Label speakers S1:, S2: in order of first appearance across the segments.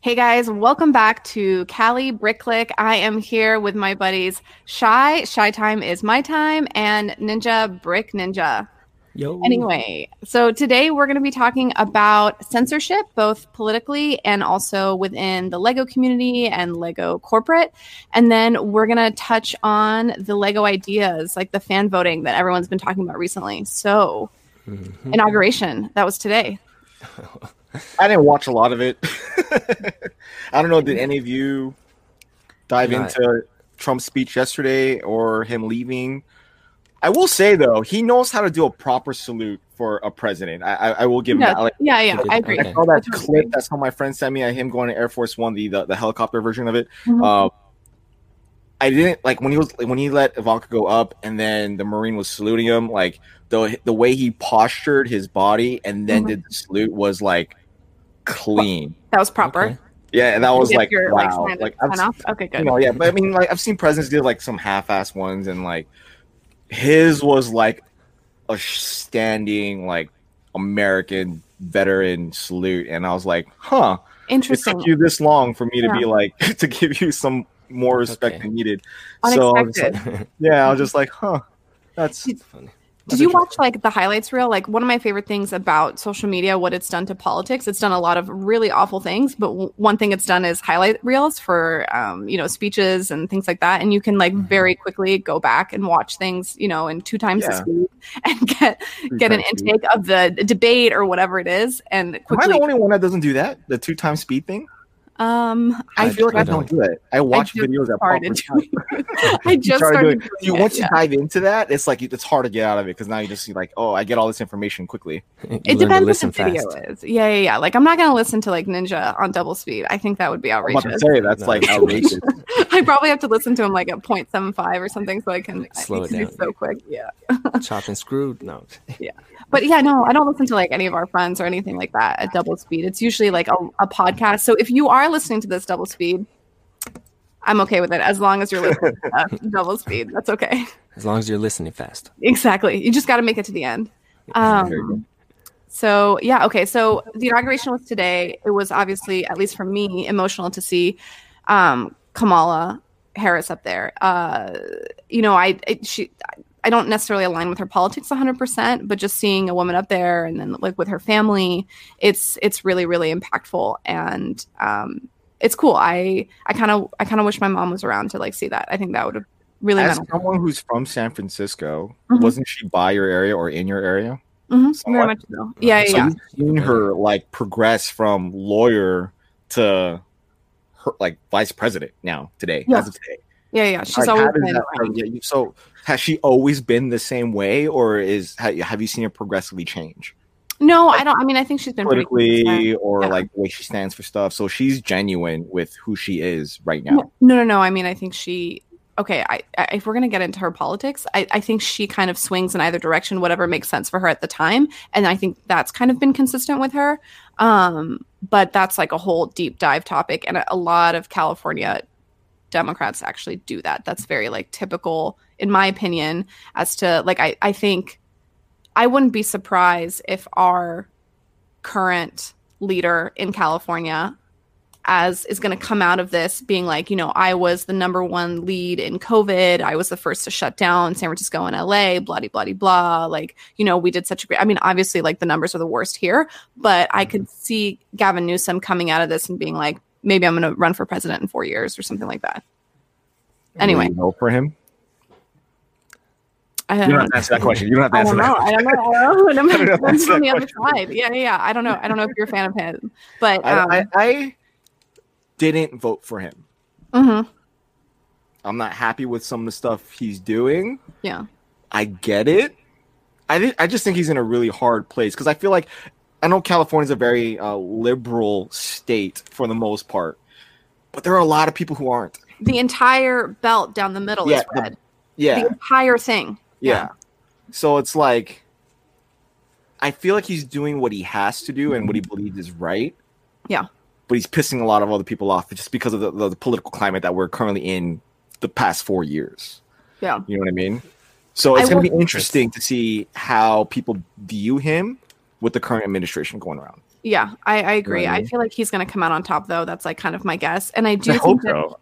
S1: Hey guys, welcome back to Callie Bricklick. I am here with my buddies Shy, Shy Time is my time, and Ninja Brick Ninja.
S2: Yo.
S1: Anyway, so today we're going to be talking about censorship, both politically and also within the LEGO community and LEGO corporate. And then we're going to touch on the LEGO ideas, like the fan voting that everyone's been talking about recently. So,
S2: Mm-hmm.
S1: inauguration, that was today.
S3: I didn't watch a lot of it. I don't know. Did any of you dive
S2: Not-
S3: into Trump's speech yesterday or him leaving? I will say though, he knows how to do a proper salute for a president. I I, I will give him
S1: No,
S3: that. Like,
S1: yeah, yeah, I agree.
S3: I
S2: Okay.
S3: saw that
S1: Totally
S3: clip
S1: agree.
S3: that some of my friends sent me at him going to Air Force One, the the, the helicopter version of it.
S1: Mhm.
S3: Uh, I didn't like when he was when he let Ivanka go up, and then the Marine was saluting him. Like the the way he postured his body and then
S1: Mhm.
S3: did the salute was like clean.
S1: That was proper.
S2: Okay.
S3: Yeah, and that was
S1: If
S3: like
S1: you're,
S3: wow.
S1: signed-
S3: Like, I've
S1: signed off? Okay,
S3: you
S1: good.
S3: know, yeah, but I mean, like I've seen presidents do like some half-ass ones, and like his was like a sh- standing like American veteran salute, and I was like, huh, it
S1: Interesting.
S3: took you this long for me to be
S1: Yeah.
S3: like to give you some more respect
S2: Okay.
S3: than needed. So I was
S1: Unexpected.
S3: like, yeah, I
S1: Mm-hmm.
S3: was just like, huh, that's
S1: Did-
S2: Funny.
S1: Did you watch like the highlights reel? Like one of my favorite things about social media, what it's done to politics, it's done a lot of really awful things. But w- one thing it's done is highlight reels for, um, you know, speeches and things like that. And you can like
S3: Mm-hmm.
S1: very quickly go back and watch things, you know, in two times the
S3: Yeah.
S1: speed and get get an intake of the d- debate or whatever it is, and
S3: Am I the
S1: quickly.
S3: only one that doesn't do that? The two-time speed thing?
S1: Um,
S3: I,
S2: I-
S3: feel like I,
S2: I
S3: don't do it. I watch
S1: just
S3: videos that pop.
S1: started doing it. I just
S3: started
S1: started.
S3: doing-
S1: doing
S3: you
S1: it,
S3: once you
S1: yeah.
S3: dive into that, it's like it's hard to get out of it because now you just see like, oh, I get all this information quickly.
S2: You
S1: It
S2: learn to
S1: depends
S2: listen
S1: what the video
S2: fast.
S1: is. Yeah, yeah, yeah. Like I'm not gonna listen to like Ninja on double speed. I think that would be
S3: I'm about to
S1: outrageous.
S3: say that's like outrageous.
S1: I probably have to listen to him like at 0.75 or something so I can I
S2: Slow
S1: think
S2: it
S1: it's
S2: down.
S1: so quick. Yeah.
S2: Chopped and screwed. No.
S1: But yeah, no, I don't listen to like any of our friends or anything like that at double speed. It's usually like a, a podcast. So if you are listening to this double speed, I'm okay with it as long as you're listening to us double speed. That's okay.
S2: As long as you're listening fast.
S1: Exactly. You just got to make it to the end. Um, so yeah, okay. So the inauguration was today. It was obviously, at least for me, emotional to see um, Kamala Harris up there. Uh, you know, I it, she I don't necessarily align with her politics 100%, but just seeing a woman up there and then like with her family, it's it's really really impactful and um, it's cool. I I kind of I kind of wish my mom was around to like see that. I think that would have really
S3: As
S1: meant a lot.
S3: someone who's from San Francisco,
S1: Mhm.
S3: wasn't she by your area or in your area?
S1: Mhm,
S3: So
S1: very
S3: I-
S1: much so. Yeah, yeah,
S3: So
S1: yeah.
S3: you've seen her like progress from lawyer to her like vice president now today
S1: Yeah.
S3: as of today.
S1: Yeah, yeah. She's
S3: Like, how
S1: always
S3: does
S1: been
S3: that-
S1: around.
S3: yeah, you- so has she always been the same way, or is ha- have you seen her progressively change?
S1: No, I don't. I mean, I think she's been pretty consistent.
S3: politically or
S1: Yeah.
S3: like the way she stands for stuff. So she's genuine with who she is right now.
S1: No, no, no. I mean, I think she. Okay, I, I, if we're gonna get into her politics, I, I think she kind of swings in either direction, whatever makes sense for her at the time, and I think that's kind of been consistent with her. Um, but that's like a whole deep dive topic, and a, a lot of California Democrats actually do that. That's very like typical, in my opinion, as to like I, I think I wouldn't be surprised if our current leader in California as is going to come out of this being like, you know, I was the number one lead in COVID. I was the first to shut down San Francisco and LA, blah, blah, blah, blah. Like, you know, we did such a great, I mean, obviously, like the numbers are the worst here, but I could see Gavin Newsom coming out of this and being like, maybe I'm going to run for president in four years or something like that. Anyway,
S3: Do you vote for him.
S1: I
S3: You
S1: don't
S3: don't
S1: know.
S3: have to answer that question. You don't have to
S1: I
S3: answer
S1: don't
S3: that.
S1: know. I don't know. I don't know.
S3: I don't know if
S1: Depends
S3: that's
S1: on
S3: that
S1: the other
S3: question.
S1: side. Yeah, yeah. yeah. I don't know. I don't know if you're a fan of him, but um,
S3: I, I, I didn't vote for him.
S1: mhm.
S3: I'm not happy with some of the stuff he's doing.
S1: yeah,
S3: I get it. I thi- I just think he's in a really hard place because I feel like I know California's a very uh, liberal state for the most part, but there are a lot of people who aren't.
S1: the entire belt down the middle
S3: Yeah,
S1: is
S3: the-
S1: red.
S3: Yeah,
S1: The entire thing.
S3: Yeah. So it's like I feel like he's doing what he has to do and what he believes is right.
S1: Mm-hmm. Yeah.
S3: But he's pissing a lot of other people off just because of the, the, the political climate that we're currently in the past four years.
S1: Yeah.
S3: You know what I mean? So it's
S1: I
S3: going
S1: will-
S3: to be interesting to see how people view him with the current administration going around.
S1: Yeah, I, I agree.
S3: what I
S1: I
S3: mean?
S1: feel like he's going to come out on top, though. That's like kind of my guess, and I do
S3: I
S1: think
S3: hope
S1: that-
S3: so.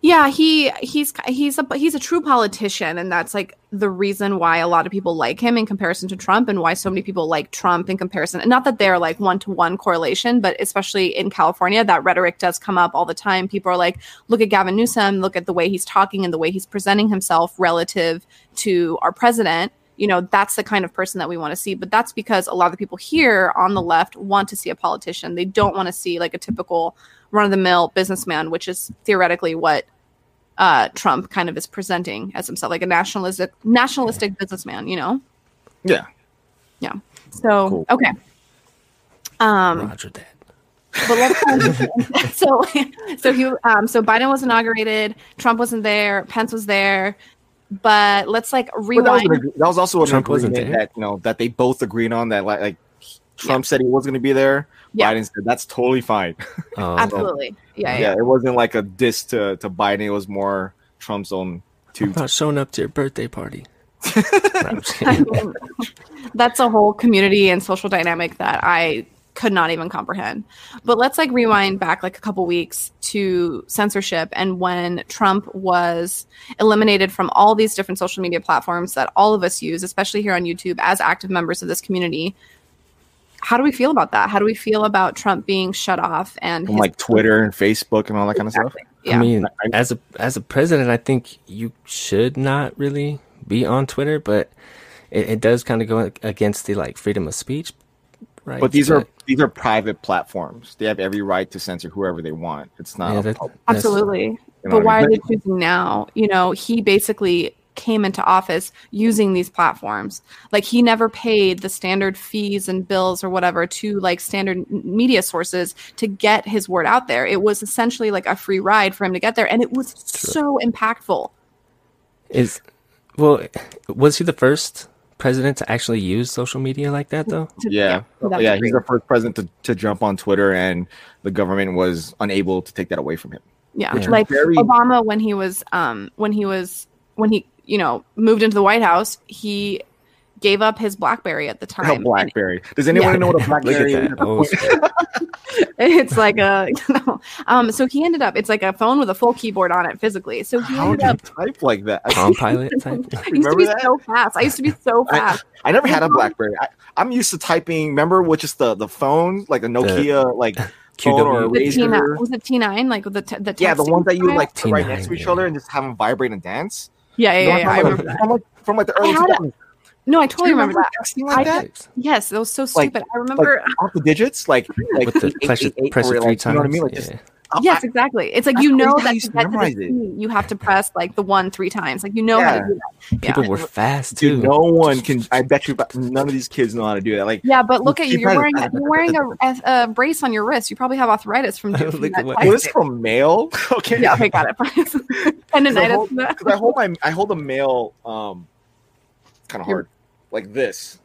S1: yeah, he he's he's a he's a true politician, and that's like the reason why a lot of people like him in comparison to Trump, and why so many people like Trump in comparison. And not that they're like one to one correlation, but especially in California, that rhetoric does come up all the time. People are like, "Look at Gavin Newsom. Look at the way he's talking and the way he's presenting himself relative to our president." You know, that's the kind of person that we want to see. But that's because a lot of the people here on the left want to see a politician. They don't want to see like a typical run of the mill businessman, which is theoretically what uh, Trump kind of is presenting as himself, like a nationalistic nationalistic businessman, you know.
S3: Yeah.
S1: So
S3: Cool.
S1: okay, um,
S2: Roger that.
S1: but let's so so he um, so Biden was inaugurated, Trump wasn't there, Pence was there, but let's like
S3: But that, was
S1: rewind.
S3: an, agree- that was also an
S2: Trump wasn't
S3: agreement
S2: there.
S3: that you know that they both agreed on that like, like Trump said he was going to be there.
S1: Yeah.
S3: Biden said that's totally fine.
S2: Oh,
S1: Absolutely, yeah, yeah.
S3: yeah, it wasn't like a diss to to Biden. It was more Trump's own
S2: I'm
S3: two.
S2: not showing up to your birthday party. No, I'm just kidding.
S1: that's a whole community and social dynamic that I could not even comprehend. But let's like rewind back like a couple weeks to censorship and when Trump was eliminated from all these different social media platforms that all of us use, especially here on YouTube as active members of this community. How do we feel about that? How do we feel about Trump being shut off and
S3: From
S1: his-
S3: like Twitter and Facebook and all that kind of stuff.
S1: yeah.
S2: I mean,
S3: I-
S2: as a as a president, I think you should not really be on Twitter, but it, it does kind of go against the like freedom of speech, right?
S3: But these are these are private platforms. They have every right to censor whoever they want. It's not.
S2: yeah,
S3: a
S2: that-
S3: public-
S2: that's-
S1: Absolutely.
S3: You know
S1: but
S3: what I
S1: why are
S3: mean?
S1: they choosing now? You know, he basically came into office using these platforms. Like he never paid the standard fees and bills or whatever to like standard m- media sources to get his word out there. It was essentially like a free ride for him to get there and it was so impactful.
S2: Is well, was he the first president to actually use social media like that though?
S1: to-
S3: yeah,
S1: to that
S3: yeah.
S1: degree.
S3: He's the first president to, to jump on Twitter, and the government was unable to take that away from him.
S1: yeah
S2: Which is
S1: like
S3: very-
S1: obama when he was um when he was when he you know moved into the white house he gave up his blackberry at the time
S3: A
S1: And
S3: BlackBerry. Does anyone
S1: Yeah.
S3: know what a
S2: Look at
S3: BlackBerry is?
S2: that. Oh,
S1: it's like a no. um so he ended up it's like a phone with a full keyboard on it physically so he
S3: How
S1: ended
S3: do you
S1: up
S3: type like that?
S2: Palm Pilot type.
S1: I used to
S3: remember
S1: be
S3: that?
S1: so fast i used to be so
S3: I-
S1: fast
S3: I never had a BlackBerry. I, I'm used to typing. Remember, with just the the phone, like a Nokia, like phone or a
S2: QW.
S1: the
S3: razor.
S1: t9 was it t9 like with the, t- the
S3: Yeah, the
S1: texting
S3: ones that you
S1: style?
S3: like put right next to
S2: T9,
S3: each other
S2: yeah.
S3: and just have them vibrate and dance.
S1: yeah yeah
S3: You
S1: yeah,
S3: know,
S1: yeah,
S3: from
S1: i
S3: like-
S1: remember that
S3: From like, from like the
S1: I
S3: early
S1: had a-
S3: 2000s.
S1: no i
S3: Do
S1: totally
S3: you
S1: remember that
S3: texting like that?
S1: yes that was so
S3: Like-
S1: stupid i remember
S3: Off the digits, like like
S2: With the
S3: eight, eight,
S2: pressure,
S3: eight, eight,
S2: pressure
S3: where,
S2: three
S3: like,
S2: times.
S3: You know what I mean? Like just
S2: yeah.
S3: I-
S1: yes exactly it's like
S3: That's
S1: you know
S3: crazy how
S1: that
S3: you
S1: to get to the
S3: memorize it.
S1: key, you have to press like the one three times like you know how to
S3: Yeah.
S1: do that yeah.
S2: People were fast too.
S3: Dude, no one can. I bet you, but none of these kids know how to do that. Like,
S1: Yeah, but look at you.
S3: Keep
S1: You're
S3: at it.
S1: wearing you're wearing a, a brace on your wrist. You probably have arthritis from doing
S2: Look
S1: that.
S2: at what-
S3: well,
S1: type.
S3: this is from mail. Okay,
S1: Yeah, okay, got it. Tendonitis.
S3: Because I hold my, I hold the mail, um, kind of hard, like this,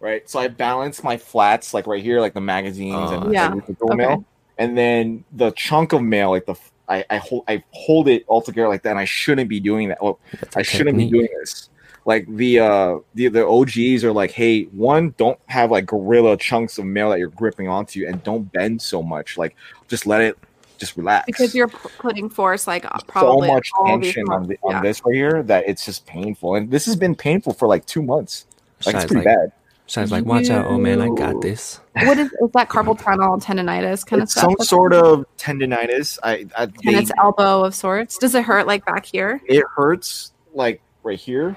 S3: right? So I balance my flats, like right here, like the magazines
S2: Oh,
S3: and
S1: Ah. Yeah.
S3: like, the door
S1: Okay.
S3: mail, and then the chunk of mail, like the, f- I, I hold, I hold it all together like that. And I shouldn't be doing that. Well,
S2: That's a
S3: I shouldn't be
S2: technique.
S3: doing this. Like the uh the the OGs are like, hey, one, don't have like gorilla chunks of mail that you're gripping onto, and don't bend so much. Like, just let it, just relax
S1: Because you're p- putting force like uh,
S3: so
S1: probably
S3: much
S1: all these
S3: tension on,
S1: months.
S3: the, on
S1: Yeah.
S3: this right here that it's just painful. And this has been painful for like two months. Like
S2: Shai's
S3: it's pretty
S2: like,
S3: bad.
S2: Shai's like, watch out, oh man, I got
S1: You-
S2: this.
S1: What is, is that carpal tunnel tendonitis kind
S3: It's
S1: of
S3: some
S1: stuff?
S3: sort of tendinitis. I, I they-
S1: and it's elbow of sorts. Does it hurt like back here?
S3: it hurts like right here.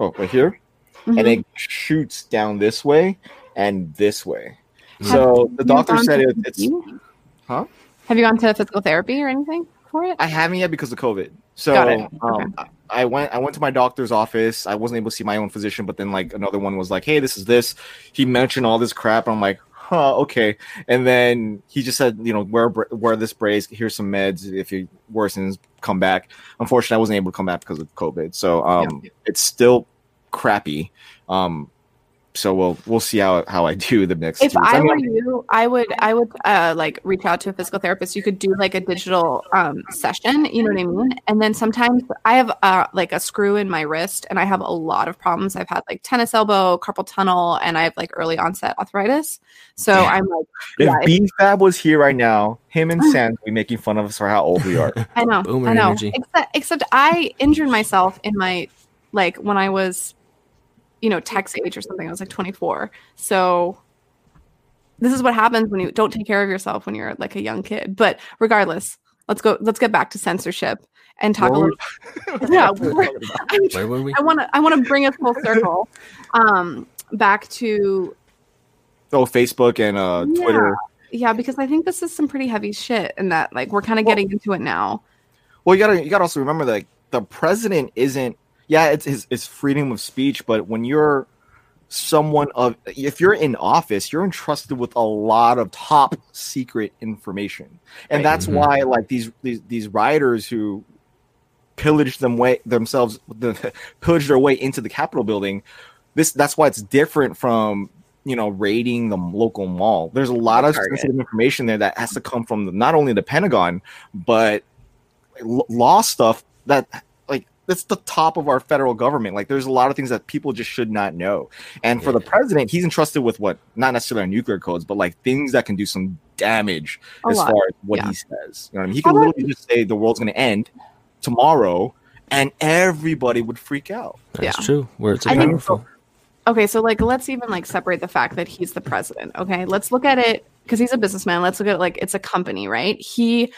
S3: Oh, right here. And
S1: Mhm.
S3: it shoots down this way and this way.
S2: Have
S3: So the
S1: Have
S3: doctor
S1: you gone
S3: said
S1: to
S3: it, it's
S1: PT?
S3: Huh?
S1: Have you gone to physical therapy or anything for it?
S3: I haven't yet because of COVID. So
S1: Got it. Okay.
S3: um, I I went I went to my doctor's office. I wasn't able to see my own physician, but then like another one was like, "Hey, this is this." He mentioned all this crap, and I'm like, "Huh, okay." And then he just said, "You know, wear a bra- wear this brace. Here's some meds. If it worsens, come back." Unfortunately, I wasn't able to come back because of COVID. So um, it's still crappy. Um, so we'll we'll see how how I do the next.
S1: if
S3: two weeks.
S1: I
S3: mean,
S1: were you, I would I would uh, like reach out to a physical therapist. You could do like a digital um, session, you know what I mean? And then sometimes I have uh, like a screw in my wrist, and I have a lot of problems. I've had like tennis elbow, carpal tunnel, and I have like early onset arthritis. So
S3: Damn.
S1: I'm like,
S3: If
S1: Yeah,
S3: B Fab was here right now, him and Sam would be making fun of us for how old we are.
S1: I know,
S2: Boomer
S1: I know.
S2: energy.
S1: Except, except I injured myself in my like when I was, you know, tax age or something. I was like 24. So this is what happens when you don't take care of yourself when you're like a young kid. But regardless, let's go. Let's get back to censorship and talk
S3: What
S1: a
S3: were
S1: little. yeah, we're- I'm
S2: Where were we?
S1: I want to. I want to bring us full circle, um, back to
S3: oh, Facebook and uh,
S1: Yeah.
S3: Twitter.
S1: yeah, because I think this is some pretty heavy shit, and that like we're kind of
S3: Well-
S1: getting into it now.
S3: Well, you gotta you gotta also remember that like, the president isn't. Yeah, it's his it's freedom of speech, but when you're someone of if you're in office, you're entrusted with a lot of top secret information, and
S1: Right. Mm-hmm.
S3: that's
S2: Mhm.
S3: why like these these these rioters who pillage them way themselves the, pillage their way into the Capitol building. This that's why it's different from you know raiding the local mall. There's a lot of
S1: Target.
S3: sensitive information there that has to come from the, not only the Pentagon but l- law stuff that like that's the top of our federal government. Like there's a lot of things that people just should not know. And for the president, he's entrusted with what not necessarily our nuclear codes, but like things that can do some damage
S1: A
S3: as
S1: lot.
S3: far as what
S1: yeah.
S3: he says. You know what I mean? He
S1: How
S3: can
S1: about-
S3: literally just say the world's going to end tomorrow, and everybody would freak out.
S2: That's
S1: Yeah.
S2: true. Words are
S1: I think-
S2: powerful.
S1: okay so like let's even like separate the fact that he's the president okay let's look at it because he's a businessman let's look at it like it's a company right he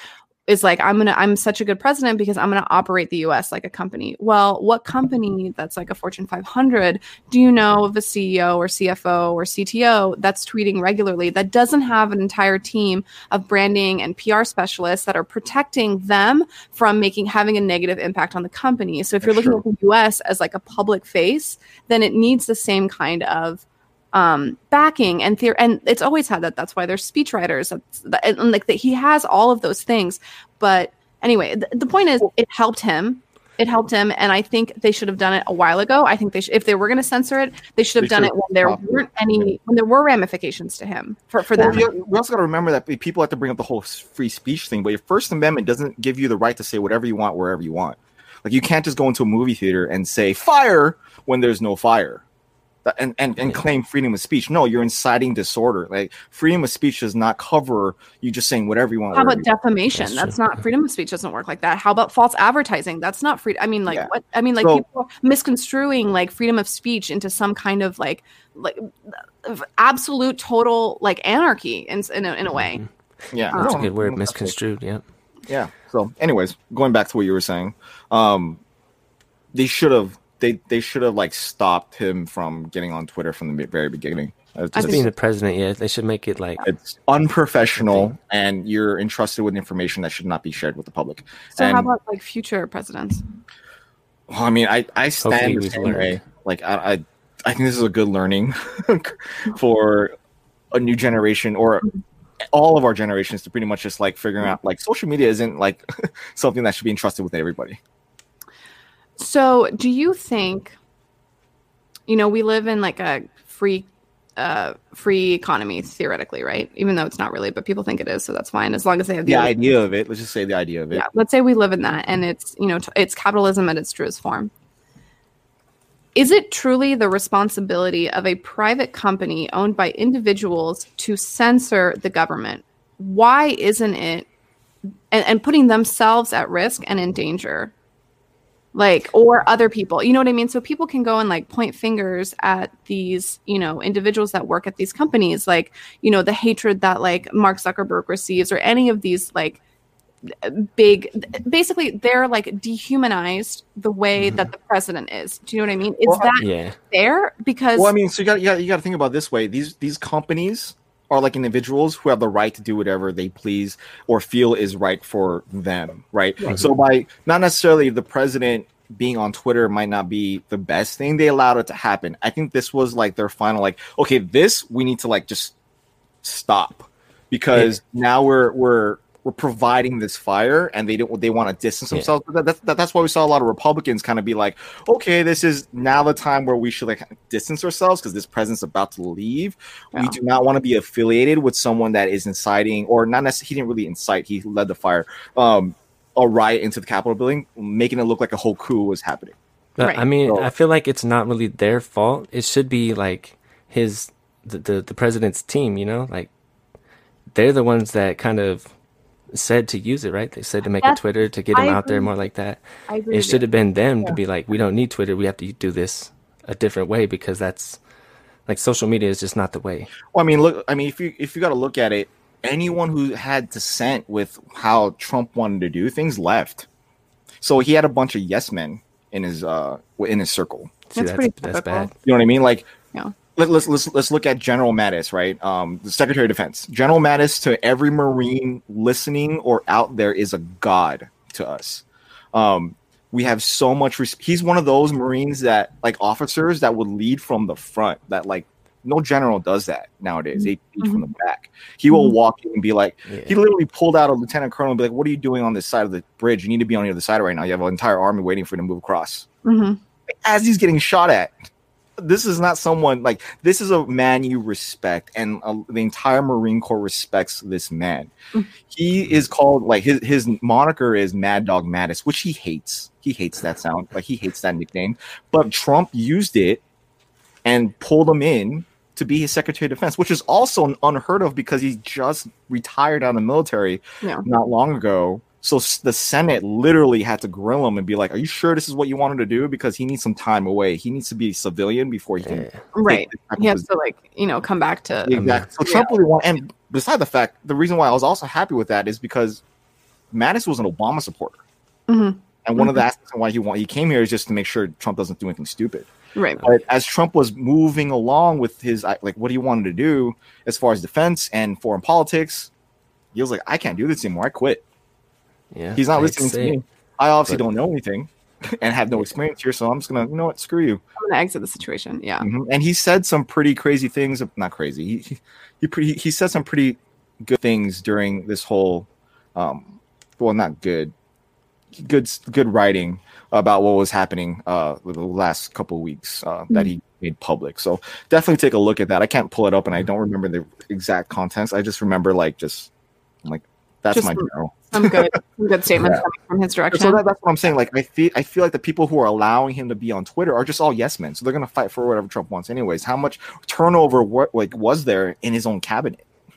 S1: is like i'm gonna i'm such a good president because i'm gonna operate the us like a company well what company that's like a fortune 500 do you know of a ceo or cfo or cto that's tweeting regularly that doesn't have an entire team of branding and pr specialists that are protecting them from making having a negative impact on the company so if you're
S3: That's
S1: looking at the us as like a public face then it needs the same kind of um, backing and theory. And it's always had that. That's why there's speechwriters. That's that, and, and, like that, he has all of those things. But anyway, th- the point is, it helped him. It helped him, and I think they should have done it a while ago. I think they should, if they were going to censor it, they should have
S3: They
S1: done
S3: should
S1: it when there
S3: stopped it.
S1: weren't any, when there were ramifications to him for for
S3: Well,
S1: them.
S3: you, we also got to remember that people have to bring up the whole s- free speech thing, but your First Amendment doesn't give you the right to say whatever you want wherever you want. Like you can't just go into a movie theater and say fire when there's no fire, That- and and, and
S2: Yeah.
S3: claim freedom of speech. No, you're inciting disorder. Like freedom of speech does not cover you just saying whatever you want.
S1: How
S3: wherever
S1: about
S3: you want.
S1: defamation?
S2: That's
S1: That's,
S2: true.
S1: not freedom of speech. Doesn't work like that. How about false advertising? That's not free. I mean, like
S3: Yeah.
S1: what? I mean, like
S3: So-
S1: people are misconstruing like freedom of speech into some kind of like like of absolute total like anarchy in in a, in a way.
S3: Mm-hmm.
S2: Mhm.
S3: yeah,
S1: Oh.
S2: That's
S3: No,
S2: a good word.
S3: no, definitely.
S2: Misconstrued. Yep.
S3: yeah so anyways going back to what you were saying um they should have they they should have like stopped him from getting on twitter from the very beginning It's
S1: I
S2: Just
S3: just-
S2: being the president, yeah, they should make it like
S3: it's unprofessional and you're entrusted with information that should not be shared with the public
S1: So how
S3: And-
S1: about like future presidents?
S3: Well, i mean i i stand
S2: Hopefully
S3: the
S2: we've
S3: same
S2: learned.
S3: way like I, I i think this is a good learning for a new generation or all of our generations to pretty much just like figuring out like social media isn't like something that should be entrusted with everybody
S1: So do you think? You know, we live in like a free uh free economy theoretically right even though it's not really but people think it is so that's fine as long as they have the
S3: the idea of it let's just say the idea of it
S1: yeah let's say we live in that and it's you know t- it's capitalism at its truest form is it truly the responsibility of a private company owned by individuals to censor the government why isn't it and, and putting themselves at risk and in danger like or other people you know what i mean so people can go and like point fingers at these you know individuals that work at these companies like you know the hatred that like mark zuckerberg receives or any of these like big basically they're like dehumanized the way that the president is do you know what i mean is
S3: Mm-hmm. Well,
S1: that
S2: yeah.
S1: fair because
S3: Well, I mean, so you got you got you got to think about it this way. These these companies are like individuals who have the right to do whatever they please or feel is right for them, right? So by not necessarily the president being on Twitter might not be the best thing. They allowed it to happen. I think this was like their final like okay, this we need to like just stop because now we're we're were providing this fire and they don't they want to distance
S2: Yeah.
S3: themselves. That, that, that- that's why we saw a lot of Republicans kind of be like, okay, this is now the time where we should like distance ourselves because this president's about to leave. We
S1: Yeah.
S3: do not want to be affiliated with someone that is inciting or not necessarily. He didn't really incite. He led the fire. Um, a riot into the Capitol building, making it look like a whole coup was happening.
S2: But,
S1: Right.
S2: I mean,
S3: So-
S2: I feel like it's not really their fault. It should be like his the, the the president's team, you know? Like they're the ones that kind of said to use it, right? They said to make
S4: That's-
S2: a Twitter to get him
S4: I
S2: out there
S4: agree.
S2: more like that.
S4: I agree.
S2: It
S4: with you.
S2: should have been them to be like, we don't need Twitter. We have to do this a different way because that's like social media is just not the way.
S3: Well, I mean, look. I mean, if you if you got to look at it, anyone who had dissent with how Trump wanted to do things left. So he had a bunch of yes men in his uh in his circle.
S2: See,
S1: That's
S2: that's
S1: pretty
S2: that's
S1: typical.
S2: bad.
S3: You know what I mean? Like
S1: Yeah.
S3: let, let's let's let's look at General Mattis, right? Um, the Secretary of Defense. General Mattis to every Marine listening or out there is a god to us. Um, we have so much. Res- he's one of those Marines that like officers that would lead from the front. That like no general does that nowadays. They lead from the back. He will walk in and be like, he
S2: Yeah.
S3: literally pulled out a lieutenant colonel and be like, "What are you doing on this side of the bridge? You need to be on the other side right now. You have an entire army waiting for you to move across."
S1: Mhm.
S3: as he's getting shot at. This is not someone like this is a man you respect, and uh, the entire Marine Corps respects this man.
S1: Mhm.
S3: He is called like his his moniker is Mad Dog Mattis, which he hates. He hates that sound, like he hates that nickname. But Trump used it and pulled him in to be his Secretary of Defense, which is also unheard of because he just retired out of the military
S1: Yeah.
S3: not long ago. So s- the Senate literally had to grill him and be like, "Are you sure this is what you wanted to do?" Because he needs some time away. He needs to be a civilian before he can.
S2: Yeah.
S1: Right.
S3: take this type
S1: He
S3: of
S1: has to like you know come back to
S2: Yeah.
S3: Exactly. So Trump really won. And beside the fact, the reason why I was also happy with that is because Mattis was an Obama supporter,
S1: Mhm.
S3: and one of the aspects of why he want, he came here is just to make sure Trump doesn't do anything stupid.
S1: right.
S3: But as Trump was moving along with his uh, like what he wanted to do as far as defense and foreign politics, he was like, "I can't do this anymore. I quit."
S2: Yeah.
S3: He's not
S2: I'd
S3: listening
S2: say-
S3: to me. I obviously
S2: But-
S3: don't know anything and have no experience here, so I'm just gonna, you know what, screw you.
S1: I'm gonna exit the situation. Yeah.
S3: Mhm. And he said some pretty crazy things. Not crazy. He he- he pretty, he said some pretty good things during this whole, um, well, not good, good good writing about what was happening uh with the last couple of weeks uh,
S1: Mm-hmm.
S3: that he made public. So definitely take a look at that. I can't pull it up, and I don't remember the exact contents. I just remember like just I'm like that's
S1: Just
S3: my
S1: some-
S3: general.
S1: Some good some good statements coming from his direction.
S3: So that, that's what I'm saying. Like I feel I feel like the people who are allowing him to be on Twitter are just all yes men. So they're gonna fight for whatever Trump wants, anyways. How much turnover what like was there in his own cabinet? It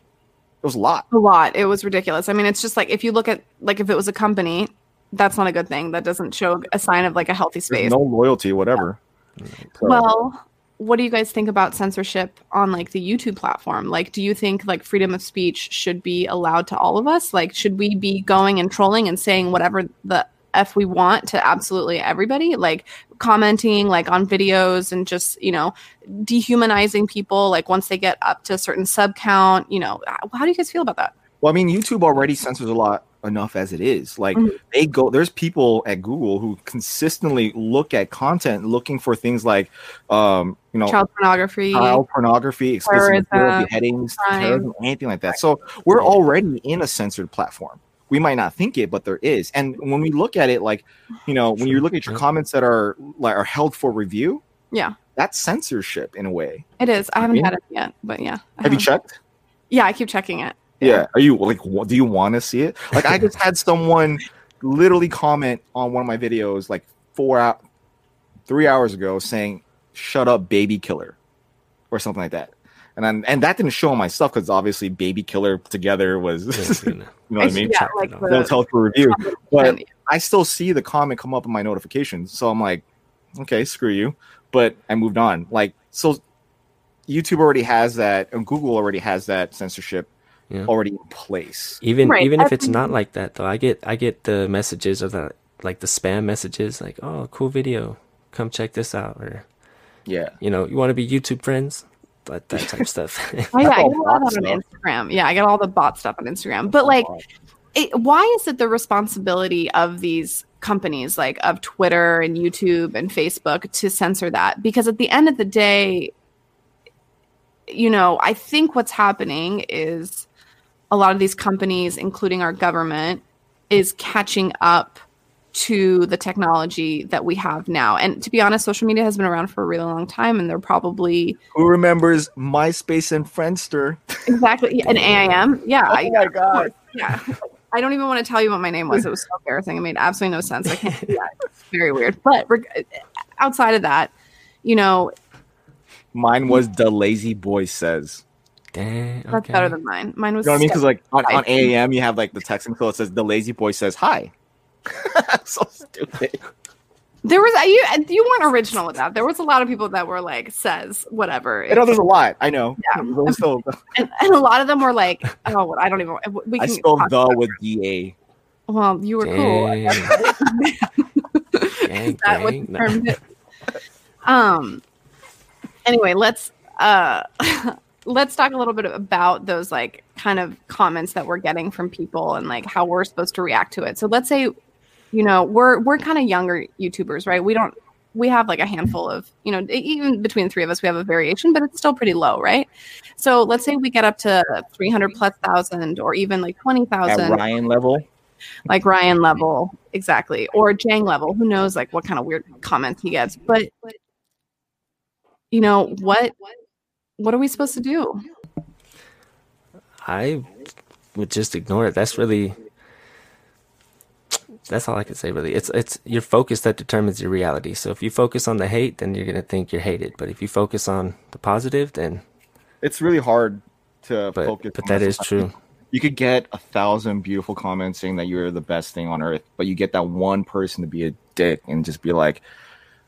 S3: was a lot.
S1: a lot. It was ridiculous. I mean, it's just like if you look at like if it was a company, that's not a good thing. That doesn't show a sign of like a healthy
S3: There's
S1: space.
S3: no loyalty, whatever. So,
S1: Well, what do you guys think about censorship on like the YouTube platform? Like, do you think like freedom of speech should be allowed to all of us? Like, should we be going and trolling and saying whatever the f we want to absolutely everybody? Like commenting like on videos and just you know dehumanizing people. Like once they get up to a certain sub count, you know, how do you guys feel about that?
S3: well, I mean, YouTube already censors a lot enough as it is. Like
S1: Mhm.
S3: they go there's people at Google who consistently look at content looking for things like um, you know,
S1: Child pornography.
S3: child pornography, explicit material,
S1: Terrorism,
S3: beheadings,
S1: crime.
S3: terrorism, anything like that. So we're already in a censored platform. We might not think it, but there is. And when we look at it, like you know, when you
S2: Sure.
S3: look at your
S2: Yeah.
S3: comments that are like are held for review,
S1: Yeah.
S3: that's censorship in a way.
S1: It is. I haven't
S3: Yeah.
S1: had it yet, but yeah. I
S3: Have you
S1: haven't.
S3: checked?
S1: yeah, I keep checking it.
S3: Yeah. Are you like? wa- Do you want to see it? Like I just had someone literally comment on one of my videos like four out, three hours ago, saying "Shut up, baby killer," or something like that. And then, and that didn't show on my stuff because obviously baby killer together was
S2: Yeah,
S3: you
S2: you know.
S3: know what I mean.
S1: yeah,
S2: Check
S1: like
S2: it
S1: the,
S2: out.
S3: Don't tell for review, but
S1: and-
S3: I still see the comment come up in my notifications. So I'm like, okay, screw you. But I moved on. Like, so YouTube already has that, and Google already has that censorship
S2: Yeah.
S3: already in place.
S2: even
S1: Right,
S2: even if it's
S1: every-
S2: not like that though i get i get the messages of the like the spam messages like oh cool video come check this out or
S3: Yeah.
S2: you know you want to be youtube friends that, that type of stuff
S1: Oh, yeah, I
S3: all
S1: get a lot
S3: bot
S1: of that on
S3: stuff.
S1: Instagram. Yeah, I get all the bot stuff on Instagram. But like, it, why is it the responsibility of these companies like of Twitter and YouTube and Facebook to censor that? Because at the end of the day, you know, I think what's happening is a lot of these companies, including our government, is catching up to the technology that we have now. And to be honest, social media has been around for a really long time, and they're probably
S3: Who remembers MySpace and Friendster?
S1: Oh exactly yeah, an AIM. Yeah,
S3: Oh
S1: I-
S3: my
S1: of course,
S3: god.
S1: yeah. I don't even want to tell you what my name was. It was so embarrassing. It made absolutely no sense. I can't do that. It's very weird. But reg- outside of that, you know,
S3: Mine was the lazy boy says.
S2: Dang. Okay.
S1: that's better than mine. Mine was
S3: You know what I mean? Because like on,
S1: I
S3: on
S1: think-
S3: AAM you have like the text and code that says the lazy boy says hi. so stupid.
S1: There was you. You weren't original with that. There was a lot of people that were like, "says whatever,"
S3: I know there's a lot. I know.
S1: Yeah.
S3: But we still-
S1: and, and a lot of them were like, "Oh, I don't even." We
S3: I
S1: can
S3: spelled
S1: talk
S3: the
S1: about-
S3: with D
S1: Well, you were cool.
S2: Dang,
S1: That was
S2: dang.
S1: the
S2: No.
S1: term. that- um. Anyway, let's uh, let's talk a little bit about those like kind of comments that we're getting from people and like how we're supposed to react to it. So let's say, you know, we're we're kind of younger YouTubers, right? We don't we have like a handful of you know e-, even between the three of us we have a variation but it's still pretty low right so let's say we get up to 300 plus thousand or even like
S3: A at
S1: 20000
S3: Ryan level.
S1: like Ryan level, exactly, or Jang level. Who knows, like what kind of weird comments he gets? But you know what? What are we supposed to do?
S2: I would just ignore it. That's really that's all I can say really. It's it's your focus that determines your reality. So if you focus on the hate, then you're gonna think you're hated. But if you focus on the positive, then
S3: It's really hard to
S2: but
S3: focus.
S2: but
S3: on
S2: that
S3: this.
S2: is true.
S3: You could get a thousand beautiful comments saying that you're the best thing on earth, but you get that one person to be a dick and just be like,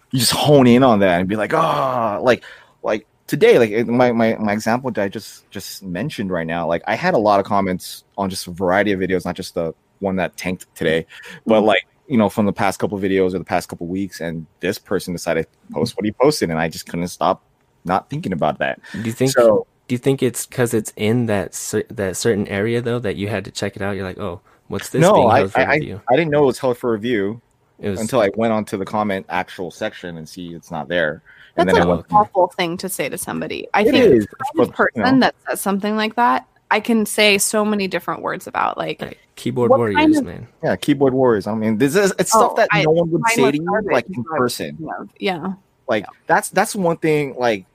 S3: you just hone in on that and be like, ah, like, like today, like it- my, my my example that I just just mentioned right now, like I had a lot of comments on just a variety of videos, not just the one that tanked today, but
S1: Mhm.
S3: like you know from the past couple videos or the past couple weeks, and this person decided to post what he posted, and I just couldn't stop not thinking about that.
S2: Do you think
S3: so
S2: do you think it's because it's in that cer- that certain area though that you had to check it out? You're like, oh, what's this?
S3: no,
S2: being
S3: I,
S2: held for
S3: I, I,
S2: review?
S3: I didn't know it was held for review.
S2: It was
S3: until I went onto the comment actual section and see it's not there. And
S1: That's
S3: then
S1: like
S3: I went,
S1: an awful thing to say to somebody. I
S3: it
S1: think
S3: is.
S1: the
S3: but, you
S1: person
S3: know,
S1: that says something like that, I can say so many different words about. Like
S2: like, keyboard
S1: What
S2: warriors,
S1: kind of-
S2: man.
S3: yeah, keyboard warriors. I mean, this is it's
S1: Oh,
S3: stuff that
S1: I-
S3: no one would
S1: mine
S3: say
S1: was
S3: to you
S1: garbage,
S3: like in
S1: is what I was
S3: person.
S1: you know, yeah,
S3: Like that's that's one thing. Like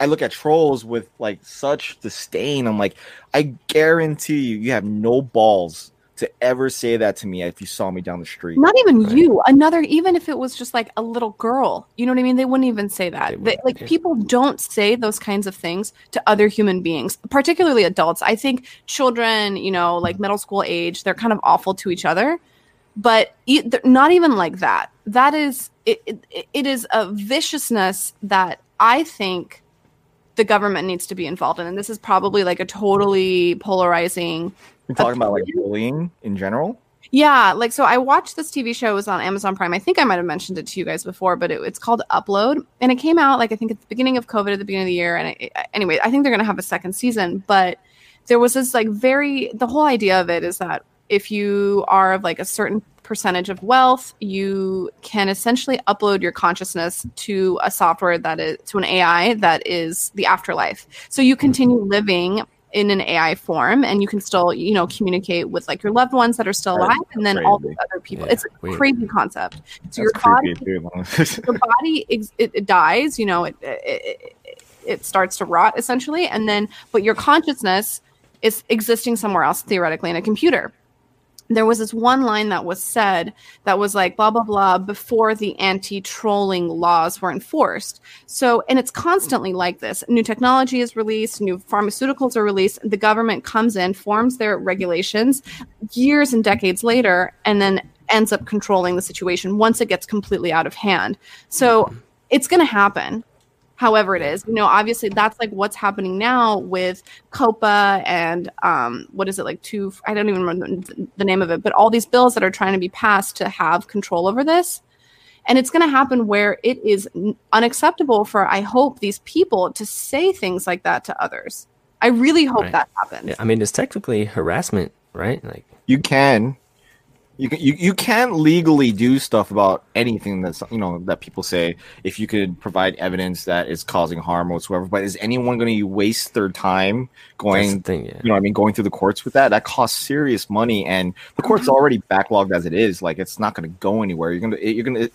S3: I look at trolls with like such disdain. I'm like, I guarantee you, you have no balls to ever say that to me if you saw me down the street.
S1: not even
S2: Right.
S1: you. Another, even if it was just like a little girl, you know what I mean? They wouldn't even say that.
S2: They
S1: They-
S2: wouldn't,
S1: like
S2: yeah.
S1: people don't say those kinds of things to other human beings, particularly adults. I think children, you know,
S2: Mm-hmm.
S1: like middle school age, they're kind of awful to each other, but e- they're not even like that. That is, it, it, it is a viciousness that I think the government needs to be involved in. And this is probably like a totally polarizing
S3: You're talking about like bullying in general.
S1: yeah, like so I watched this TV show it was on Amazon Prime. I think I might have mentioned it to you guys before, but it, it's called Upload and it came out like I think at the beginning of COVID at the beginning of the year and it, it- anyway, I think they're going to have a second season, but there was this like very the whole idea of it is that if you are of like a certain percentage of wealth, you can essentially upload your consciousness to a software that is to an AI that is the afterlife. So you continue living in an AI form and you can still, you know, communicate with like your loved ones that are still
S3: Right.
S1: alive and then all
S3: Crazy.
S1: these other people.
S2: Yeah,
S1: It's a
S2: weird.
S1: crazy concept. So
S3: That's
S1: your body
S3: creepy too.
S1: your body ex- it, it dies you know it, it, it it starts to rot essentially and then but your consciousness is existing somewhere else theoretically in a computer there was this one line that was said that was like blah blah blah before the anti-trolling laws were enforced so and it's constantly like this new technology is released new pharmaceuticals are released the government comes in forms their regulations years and decades later and then ends up controlling the situation once it gets completely out of hand so it's going to happen however it is you know obviously that's like what's happening now with copa and um, what is it like two i don't even remember the name of it but all these bills that are trying to be passed to have control over this and it's going to happen where it is n- unacceptable for i hope these people to say things like that to others i really hope
S2: Right.
S1: that happens
S2: Yeah, I mean, it's technically harassment, right? Like,
S3: you can You can you, you can't legally do stuff about anything that's you know that people say if you could provide evidence that it's causing harm whatsoever. But is anyone going to waste their time
S2: That's the
S3: going
S2: thing, yeah.
S3: you know what I mean going through the courts with that? That costs serious money, and the court's already backlogged as it is. Like it's not going to go anywhere. You're gonna it- you're gonna it,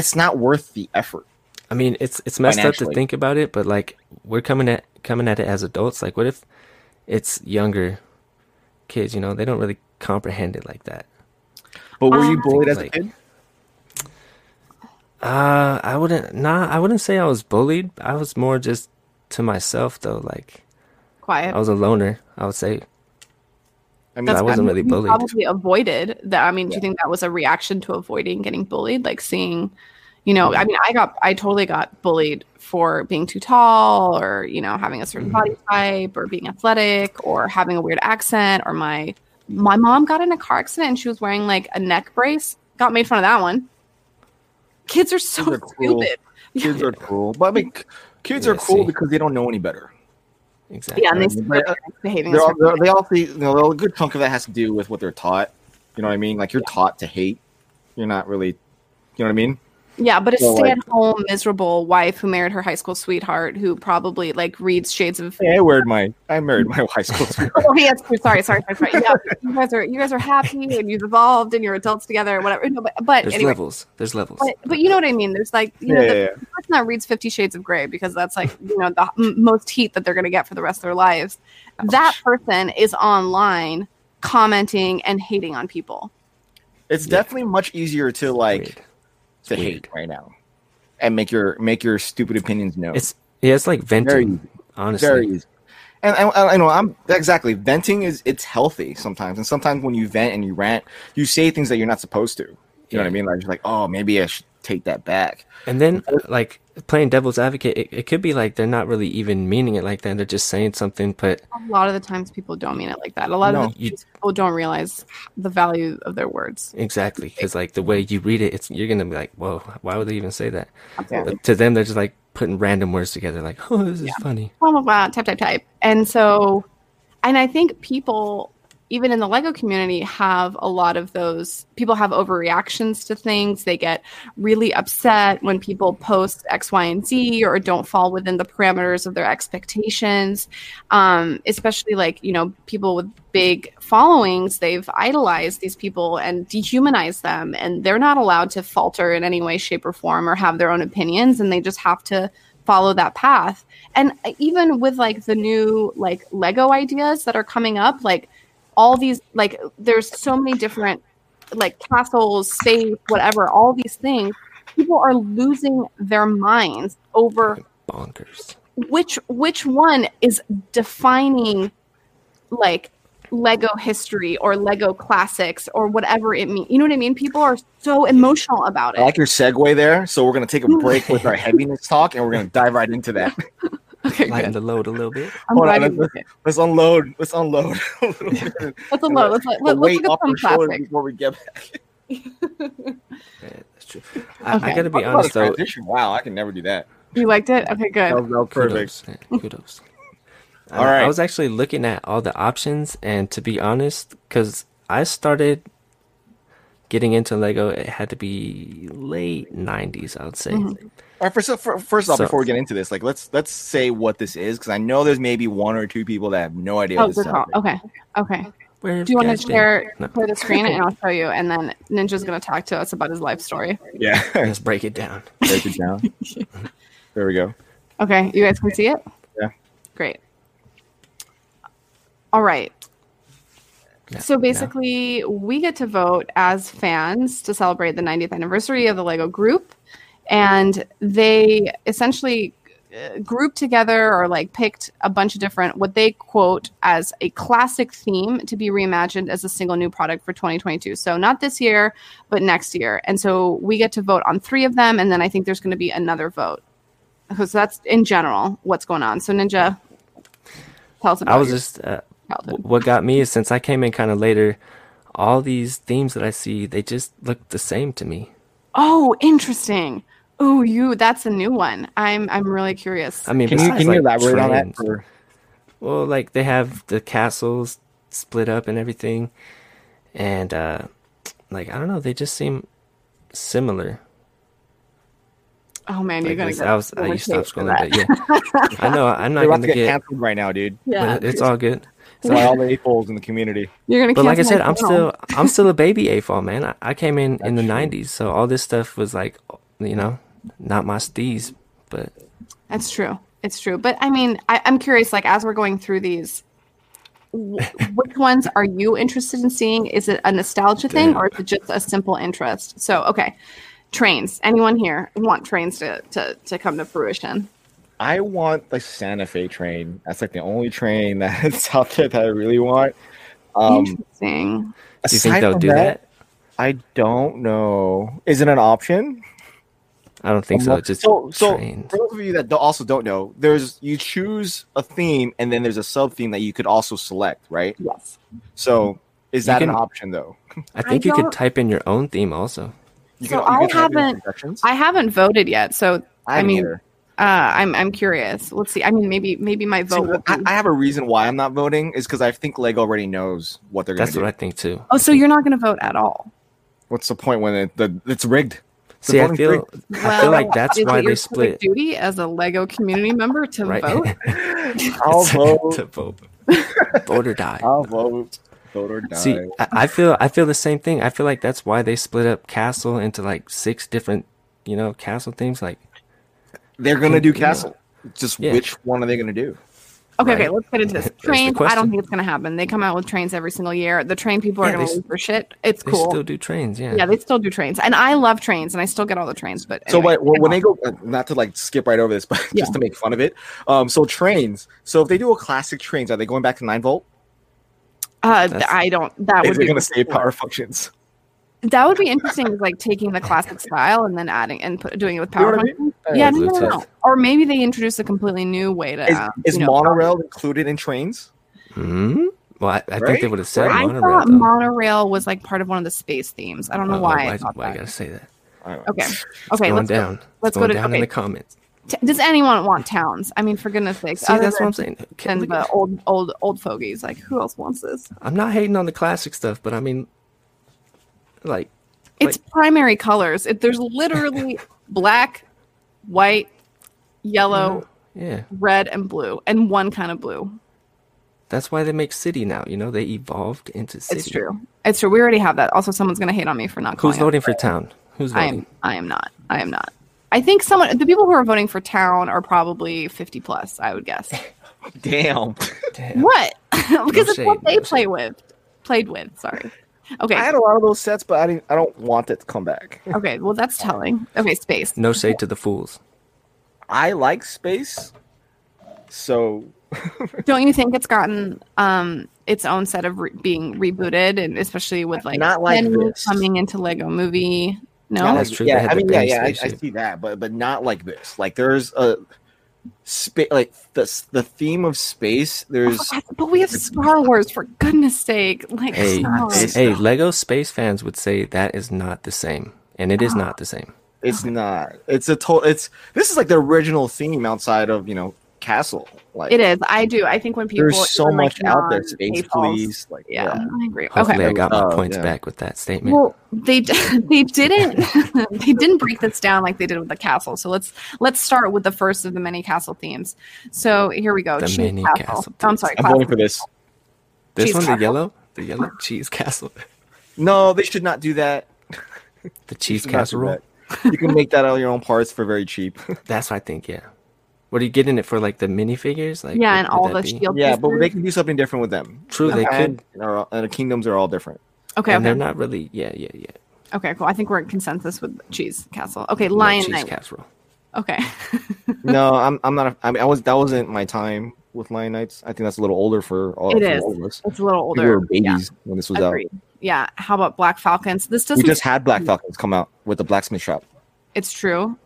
S3: it's not worth the effort.
S2: I mean, it's it's messed up to
S3: Financially.
S2: think about it, but like we're coming at coming at it as adults. Like, what if it's younger kids? You know, they don't really comprehend it like that.
S3: But were you
S1: Um,
S3: bullied as a
S2: Like-
S3: kid?
S2: Uh, I wouldn't. Nah, I wouldn't say I was bullied. I was more just to myself though. Like,
S1: Quiet.
S2: I was a loner. I would say
S3: I mean,
S2: I wasn't really
S1: you
S2: bullied.
S1: Probably avoided that. I mean, do
S3: Yeah.
S1: you think that was a reaction to avoiding getting bullied? Like seeing, you know, I mean, I got, I totally got bullied for being too tall, or you know, having a certain
S3: Mm-hmm.
S1: body type, or being athletic, or having a weird accent, or my my mom got in a car accident and she was wearing like a neck brace. Got made fun of that one. Kids are so
S3: Kids are cruel.
S1: stupid.
S3: kids are cruel. But I mean, c- kids are
S2: Yeah,
S3: cruel
S2: see.
S3: because they don't know any better.
S2: exactly.
S1: Yeah, and they
S3: But,
S1: see their parents behaving. a
S3: uh, They're all,
S1: certain
S3: they're,
S1: way.
S3: they all see, you know, a good chunk of that has to do with what they're taught. You know what I mean? Like you're taught to hate. You're not really, you know what I mean?
S1: Yeah, but a
S3: So, like-
S1: stay-at-home, miserable wife who married her high school sweetheart, who probably like reads Shades of
S3: Hey, I married my, I married my high school. sweetheart.
S1: oh yes, true. Sorry, sorry, sorry, sorry. Yeah, you guys are you guys are happy and you've evolved and you're adults together, whatever. No, but but
S2: There's
S1: anyway,
S2: levels. There's levels.
S1: but, but you know what I mean. There's like you know
S3: Yeah,
S1: the
S3: yeah, yeah.
S1: person that reads Fifty Shades of Grey because that's like you know the m- most heat that they're gonna get for the rest of their lives. That person is online commenting and hating on people.
S3: It's
S2: Yeah.
S3: definitely much easier to like
S2: Weird.
S3: to
S2: weird.
S3: hate right now, and make your make your stupid opinions known.
S2: It's yeah, it's like
S3: very
S2: venting.
S3: easy.
S2: honestly,
S3: Very easy. And I, I, I know I'm exactly venting is it's healthy sometimes, and sometimes when you vent and you rant, you say things that you're not supposed to. You know what I
S2: Yeah.
S3: mean? Like you're like, oh, maybe I should take that back.
S2: And then, like playing devil's advocate, it, it could be like they're not really even meaning it like that. They're just saying something, but
S1: A lot of the times, people don't mean it like that. A lot
S3: No,
S1: of the
S2: you-
S1: times people don't realize the value of their words.
S2: exactly because like the way you read it, it's you're gonna be like, whoa, why would they even say that?
S1: Absolutely.
S2: But to them, they're just like putting random words together, like, oh, this is funny.
S1: blah blah blah type type type and so and i think people even in the lego community have a lot of those people have overreactions to things they get really upset when people post x y and z or don't fall within the parameters of their expectations um, especially like you know people with big followings they've idolized these people and dehumanized them and they're not allowed to falter in any way shape or form or have their own opinions and they just have to follow that path and even with like the new like lego ideas that are coming up like all these like there's so many different like castles space whatever all these things people are losing their minds over
S2: Bonkers.
S1: which which one is defining like lego history or lego classics or whatever it means you know what i mean people are so emotional about
S3: I
S1: it
S3: like your segue there. So we're gonna take a break with our heaviness talk, and we're gonna dive right into that.
S1: okay
S2: Lighten
S1: good.
S2: the load a little bit.
S1: i'm
S3: Hold
S1: glad
S3: on,
S1: you did it.
S3: Let's unload. Let's unload a little bit. of
S1: let's alone let's, let,
S3: the
S1: let's
S3: weight
S1: look
S3: off
S1: at some
S3: our shoulders
S1: classics
S3: before we get back.
S2: Yeah, that's true. I, I
S1: Okay.
S2: gotta be
S3: Talk about a
S2: honest though.
S3: transition. Wow, I can never do that.
S1: you liked it okay good
S3: That was, that was perfect.
S2: Kudos. yeah, Kudos. I-
S3: All right.
S2: I was actually looking at all the options, and to be honest, because I started getting into Lego, it had to be late '90s, I would say.
S1: Mm-hmm.
S3: All right, first, off- fir- first off,
S2: So-
S3: before we get into this, like let's let's say what this is because I know there's maybe one or two people that have no idea.
S1: Oh,
S3: what this
S1: good call.
S3: sounds like.
S1: Okay. Okay.
S2: Where
S1: Do you want
S2: guys
S1: to
S2: been?
S1: share
S2: No.
S1: for the screen and I'll show you? And then Ninja's going to talk to us about his life story.
S3: Yeah,
S2: Let's break it down.
S3: break it down. there we go.
S1: Okay. You guys can see it?
S3: Yeah.
S1: Great. All right.
S2: Yeah,
S1: So
S2: yeah.
S1: basically, we get to vote as fans to celebrate the 90th anniversary of the Lego group. And they essentially uh, grouped together or like picked a bunch of different, what they quote as a classic theme to be reimagined as a single new product for 2022. So not this year, but next year. And so we get to vote on three of them. And then I think there's going to be another vote. So that's in general what's going on. So, Ninja, tell us about
S2: I was
S1: your
S2: just uh,
S1: childhood.
S2: wh- what got me is since I came in kind of later, all these themes that I see, they just look the same to me.
S1: Oh, interesting. Oh, you that's a new one. I'm I'm really curious.
S2: I mean,
S3: Can you
S2: besides,
S3: can you
S2: like,
S3: elaborate on that?
S2: trains. Well, like they have the castles split up and everything, and uh, like I don't know, they just seem similar.
S1: Oh man, you're
S2: Like
S1: gonna
S2: this-
S1: get
S2: I was,
S1: so
S2: I, you
S1: much
S2: stopped
S1: hate for
S2: scrolling, but yeah, I know I'm not
S3: They're about
S2: gonna
S3: to
S2: get.
S3: get, canceled right now, dude.
S1: Yeah,
S2: but it's all good.
S3: That's why all the a-holes in the community.
S1: you're gonna.
S2: But like I
S1: cancel
S2: said,
S1: my
S2: I'm
S1: channel.
S2: still I'm still a baby AFOL man. I, I came in in the
S3: That's true.
S2: '90s, so all this stuff was like, you know, not my steez. But
S1: That's true. It's true. But I mean, I, I'm curious. Like as we're going through these, wh- which ones are you interested in seeing? Is it a nostalgia thing or is it just a simple interest? So okay, trains. Anyone here want trains to to, to come to fruition?
S3: I want the Santa Fe train. That's like the only train that's out there that I really want. Um,
S1: Interesting.
S2: do you
S3: aside
S2: think they'll
S3: from
S2: do that?
S3: I don't know. Is it an option?
S2: I don't think so. It's Just
S3: so, so
S2: trains.
S3: for those of you that do- also don't know, there's you choose a theme and then there's a sub theme that you could also select, right?
S1: Yes.
S3: So, is
S2: You
S3: that an
S2: can-
S3: option though?
S2: I think you could
S1: don't-
S2: type in your own theme also.
S3: You
S1: So
S3: you
S1: I
S3: type in
S1: haven't-
S3: suggestions.
S1: I haven't voted yet, so I
S3: haven't
S1: mean,
S3: either.
S1: uh, I'm I'm curious. Let's see. I mean, maybe maybe my
S3: See,
S1: vote. will
S3: I,
S1: be-
S3: I have a reason why I'm not voting is because I think Leg already knows what they're going to
S2: That's
S3: do.
S2: what I think too.
S1: oh, so you're not going to vote at all?
S3: What's the point when it, the, it's rigged? The
S2: See, I
S3: voting
S2: feel I feel
S1: Well,
S2: like that's
S1: is
S2: why
S1: it your
S2: they
S1: civic
S2: split.
S1: Duty as a Lego community member to
S2: Right.
S1: vote.
S3: I'll
S2: To-
S3: vote.
S2: to vote. Vote or die.
S3: I'll vote. Vote or die.
S2: See, I, I feel I feel the same thing. I feel like that's why they split up Castle into like six different, you know, Castle things. Like
S3: They're going to do
S2: Yeah.
S3: Castle. Just
S2: Yeah.
S3: which one are they going to do?
S1: Okay,
S2: Right.
S1: okay, let's get into this.
S2: the
S1: Trains, I don't
S2: question.
S1: think it's going to happen. They come out with trains every single year. The train people are
S2: Yeah, they
S1: going
S2: s-
S1: to lose their shit. It's
S2: they
S1: cool.
S2: still do trains. Yeah.
S1: yeah, they still do trains. And I love trains and I still get all the trains. But
S3: So,
S1: anyway,
S3: but when when they go, uh, not to like skip right over this, but
S1: Yeah.
S3: just to make fun of it. Um, so trains. So if they do a classic trains, are they going back to nine volt?
S1: uh, th-
S2: That's-
S1: I don't, that
S3: Is
S1: would
S3: it
S1: be
S3: going to save power functions?
S1: That would be interesting, like taking the classic style and then adding and put, doing it with
S3: You know
S1: power.
S3: what I mean?
S1: functions. Yeah, no, no, no,
S2: Bluetooth.
S1: no. Or maybe they introduce a completely new way to.
S3: Is,
S1: um,
S3: is
S1: you know,
S3: monorail included in trains?
S2: Hmm? Well, I, I think
S3: Right?
S2: they would have said
S1: I
S2: monorail.
S1: thought
S2: though.
S1: monorail was like part of one of the space themes. I don't know
S2: Uh-oh,
S1: why. I
S2: Oh, Why,
S1: thought
S2: why
S1: that.
S2: you gotta say that?
S3: I don't know.
S1: Okay. Okay.
S2: going
S1: Let's go.
S2: down.
S1: let's
S2: Let's
S1: go
S2: go
S1: to-
S2: down in
S1: okay.
S2: the comments.
S1: T- Does anyone want towns? I mean, for goodness sakes.
S2: See,
S1: other
S2: that's
S1: than-
S2: what I'm saying. Can-
S1: and
S2: look
S1: the
S2: at-
S1: old old old fogies. Like who else wants this?
S2: I'm not hating on the classic stuff, but I mean, like,
S1: It's primary colors. It, there's literally black, white, yellow,
S2: yeah,
S1: red, and blue, and one kind of blue.
S2: that's why they make city now. You know, they evolved into city.
S1: It's true. It's true. We already have that. Also, someone's gonna hate on me for not. calling
S2: Who's
S1: it-
S2: voting for town? Who's
S1: I
S2: voting?
S1: am. I am not. I am not. I think someone. The people who are voting for town are probably 50 plus. I would guess.
S3: Damn.
S2: Damn.
S1: what? because it's what
S2: shade,
S1: they
S2: no
S1: play with. Played with. Sorry. Okay.
S3: I had a lot of those sets, but I didn't. I don't want it to come back.
S1: Okay. Well, that's
S3: Oh.
S1: telling. Okay. Space.
S2: No shade to the fools.
S3: I like space, so
S1: Don't you think it's gotten um its own set of re- being rebooted, and especially with like
S3: Not like
S1: Kenny
S3: this.
S1: coming into Lego Movie? No,
S3: Not
S2: that's
S3: like-
S2: true. They
S3: Yeah,
S2: had
S3: I
S2: the
S3: mean, yeah,
S2: Bane
S3: yeah, I, I
S2: spaceship.
S3: see that, but but not like this. Like there's a space, like the s- the theme of space. There's
S1: Oh, but we have Star Wars for goodness sake! Like,
S2: Hey,
S1: come on.
S3: it's-
S2: hey, Lego space fans would say that is not the same, and it is not the same.
S3: it's not. It's a total. It's this is like the original theme outside of you know castle. Like
S1: it is. I do. I think when people
S3: There's so
S1: even, like,
S3: much out there.
S1: non-
S3: Space,
S1: AFOLs,
S3: please. Like
S1: Yeah,
S3: yeah.
S1: I agree.
S2: Hopefully,
S1: okay.
S2: I got my
S3: Oh,
S2: points
S3: yeah.
S2: back with that statement.
S1: Well, they d- they didn't they didn't break this down like they did with the castle. So let's let's start with the first of the many castle themes. So here we go.
S2: The
S1: Cheese
S2: many
S1: castle.
S2: castle
S1: Oh, I'm
S2: themes.
S1: sorry.
S3: I'm voting
S1: classic.
S3: for this.
S2: this
S1: cheese
S2: one,
S1: castle.
S2: the yellow, the yellow cheese castle,
S3: No, they should not do that.
S2: the cheese
S3: Should not do
S2: casserole.
S3: that. You can make that out of your own parts for very cheap.
S2: That's what I think. Yeah. What are you getting it for? Like the minifigures? Like
S1: yeah,
S2: would-
S1: and
S2: would
S1: all
S2: that
S1: the
S2: be-
S1: shield.
S3: yeah, but
S1: pieces.
S3: they can do something different with them.
S2: True, they
S3: And,
S2: could.
S3: and, our, and our kingdoms are all different.
S1: okay,
S2: And they're
S1: okay,
S2: not really. Yeah, yeah, yeah.
S1: okay, cool. I think we're in consensus with cheese castle. Okay,
S2: No
S1: lion
S2: cheese
S1: knight.
S2: casserole.
S1: Okay,
S3: no, I'm I'm not. A, I mean, I was that wasn't my time with Lion Knights. I think that's a little older for all,
S1: It
S3: for
S1: is.
S3: all of us.
S1: it's a little
S3: We
S1: older.
S3: were babies when this was
S1: yeah, agreed. Yeah. How about black falcons? This Mm-hmm.
S3: out.
S1: doesn't.
S3: We just had Black Falcons come out with the blacksmith shop.
S1: It's true.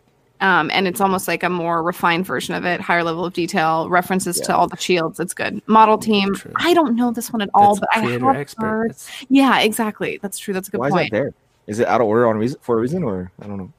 S1: Um, and it's almost like a more refined version of it, higher level of detail, references to
S3: Yeah.
S1: all the shields. It's good. Model team.
S2: True.
S1: I don't know this one at all,
S2: That's
S1: but I
S2: creator
S1: have
S2: expert.
S1: heard.
S2: That's-
S1: Yeah, exactly. That's true. That's a good
S3: Why
S1: point.
S3: is that there? Is it out of order on reason for a reason or I don't know?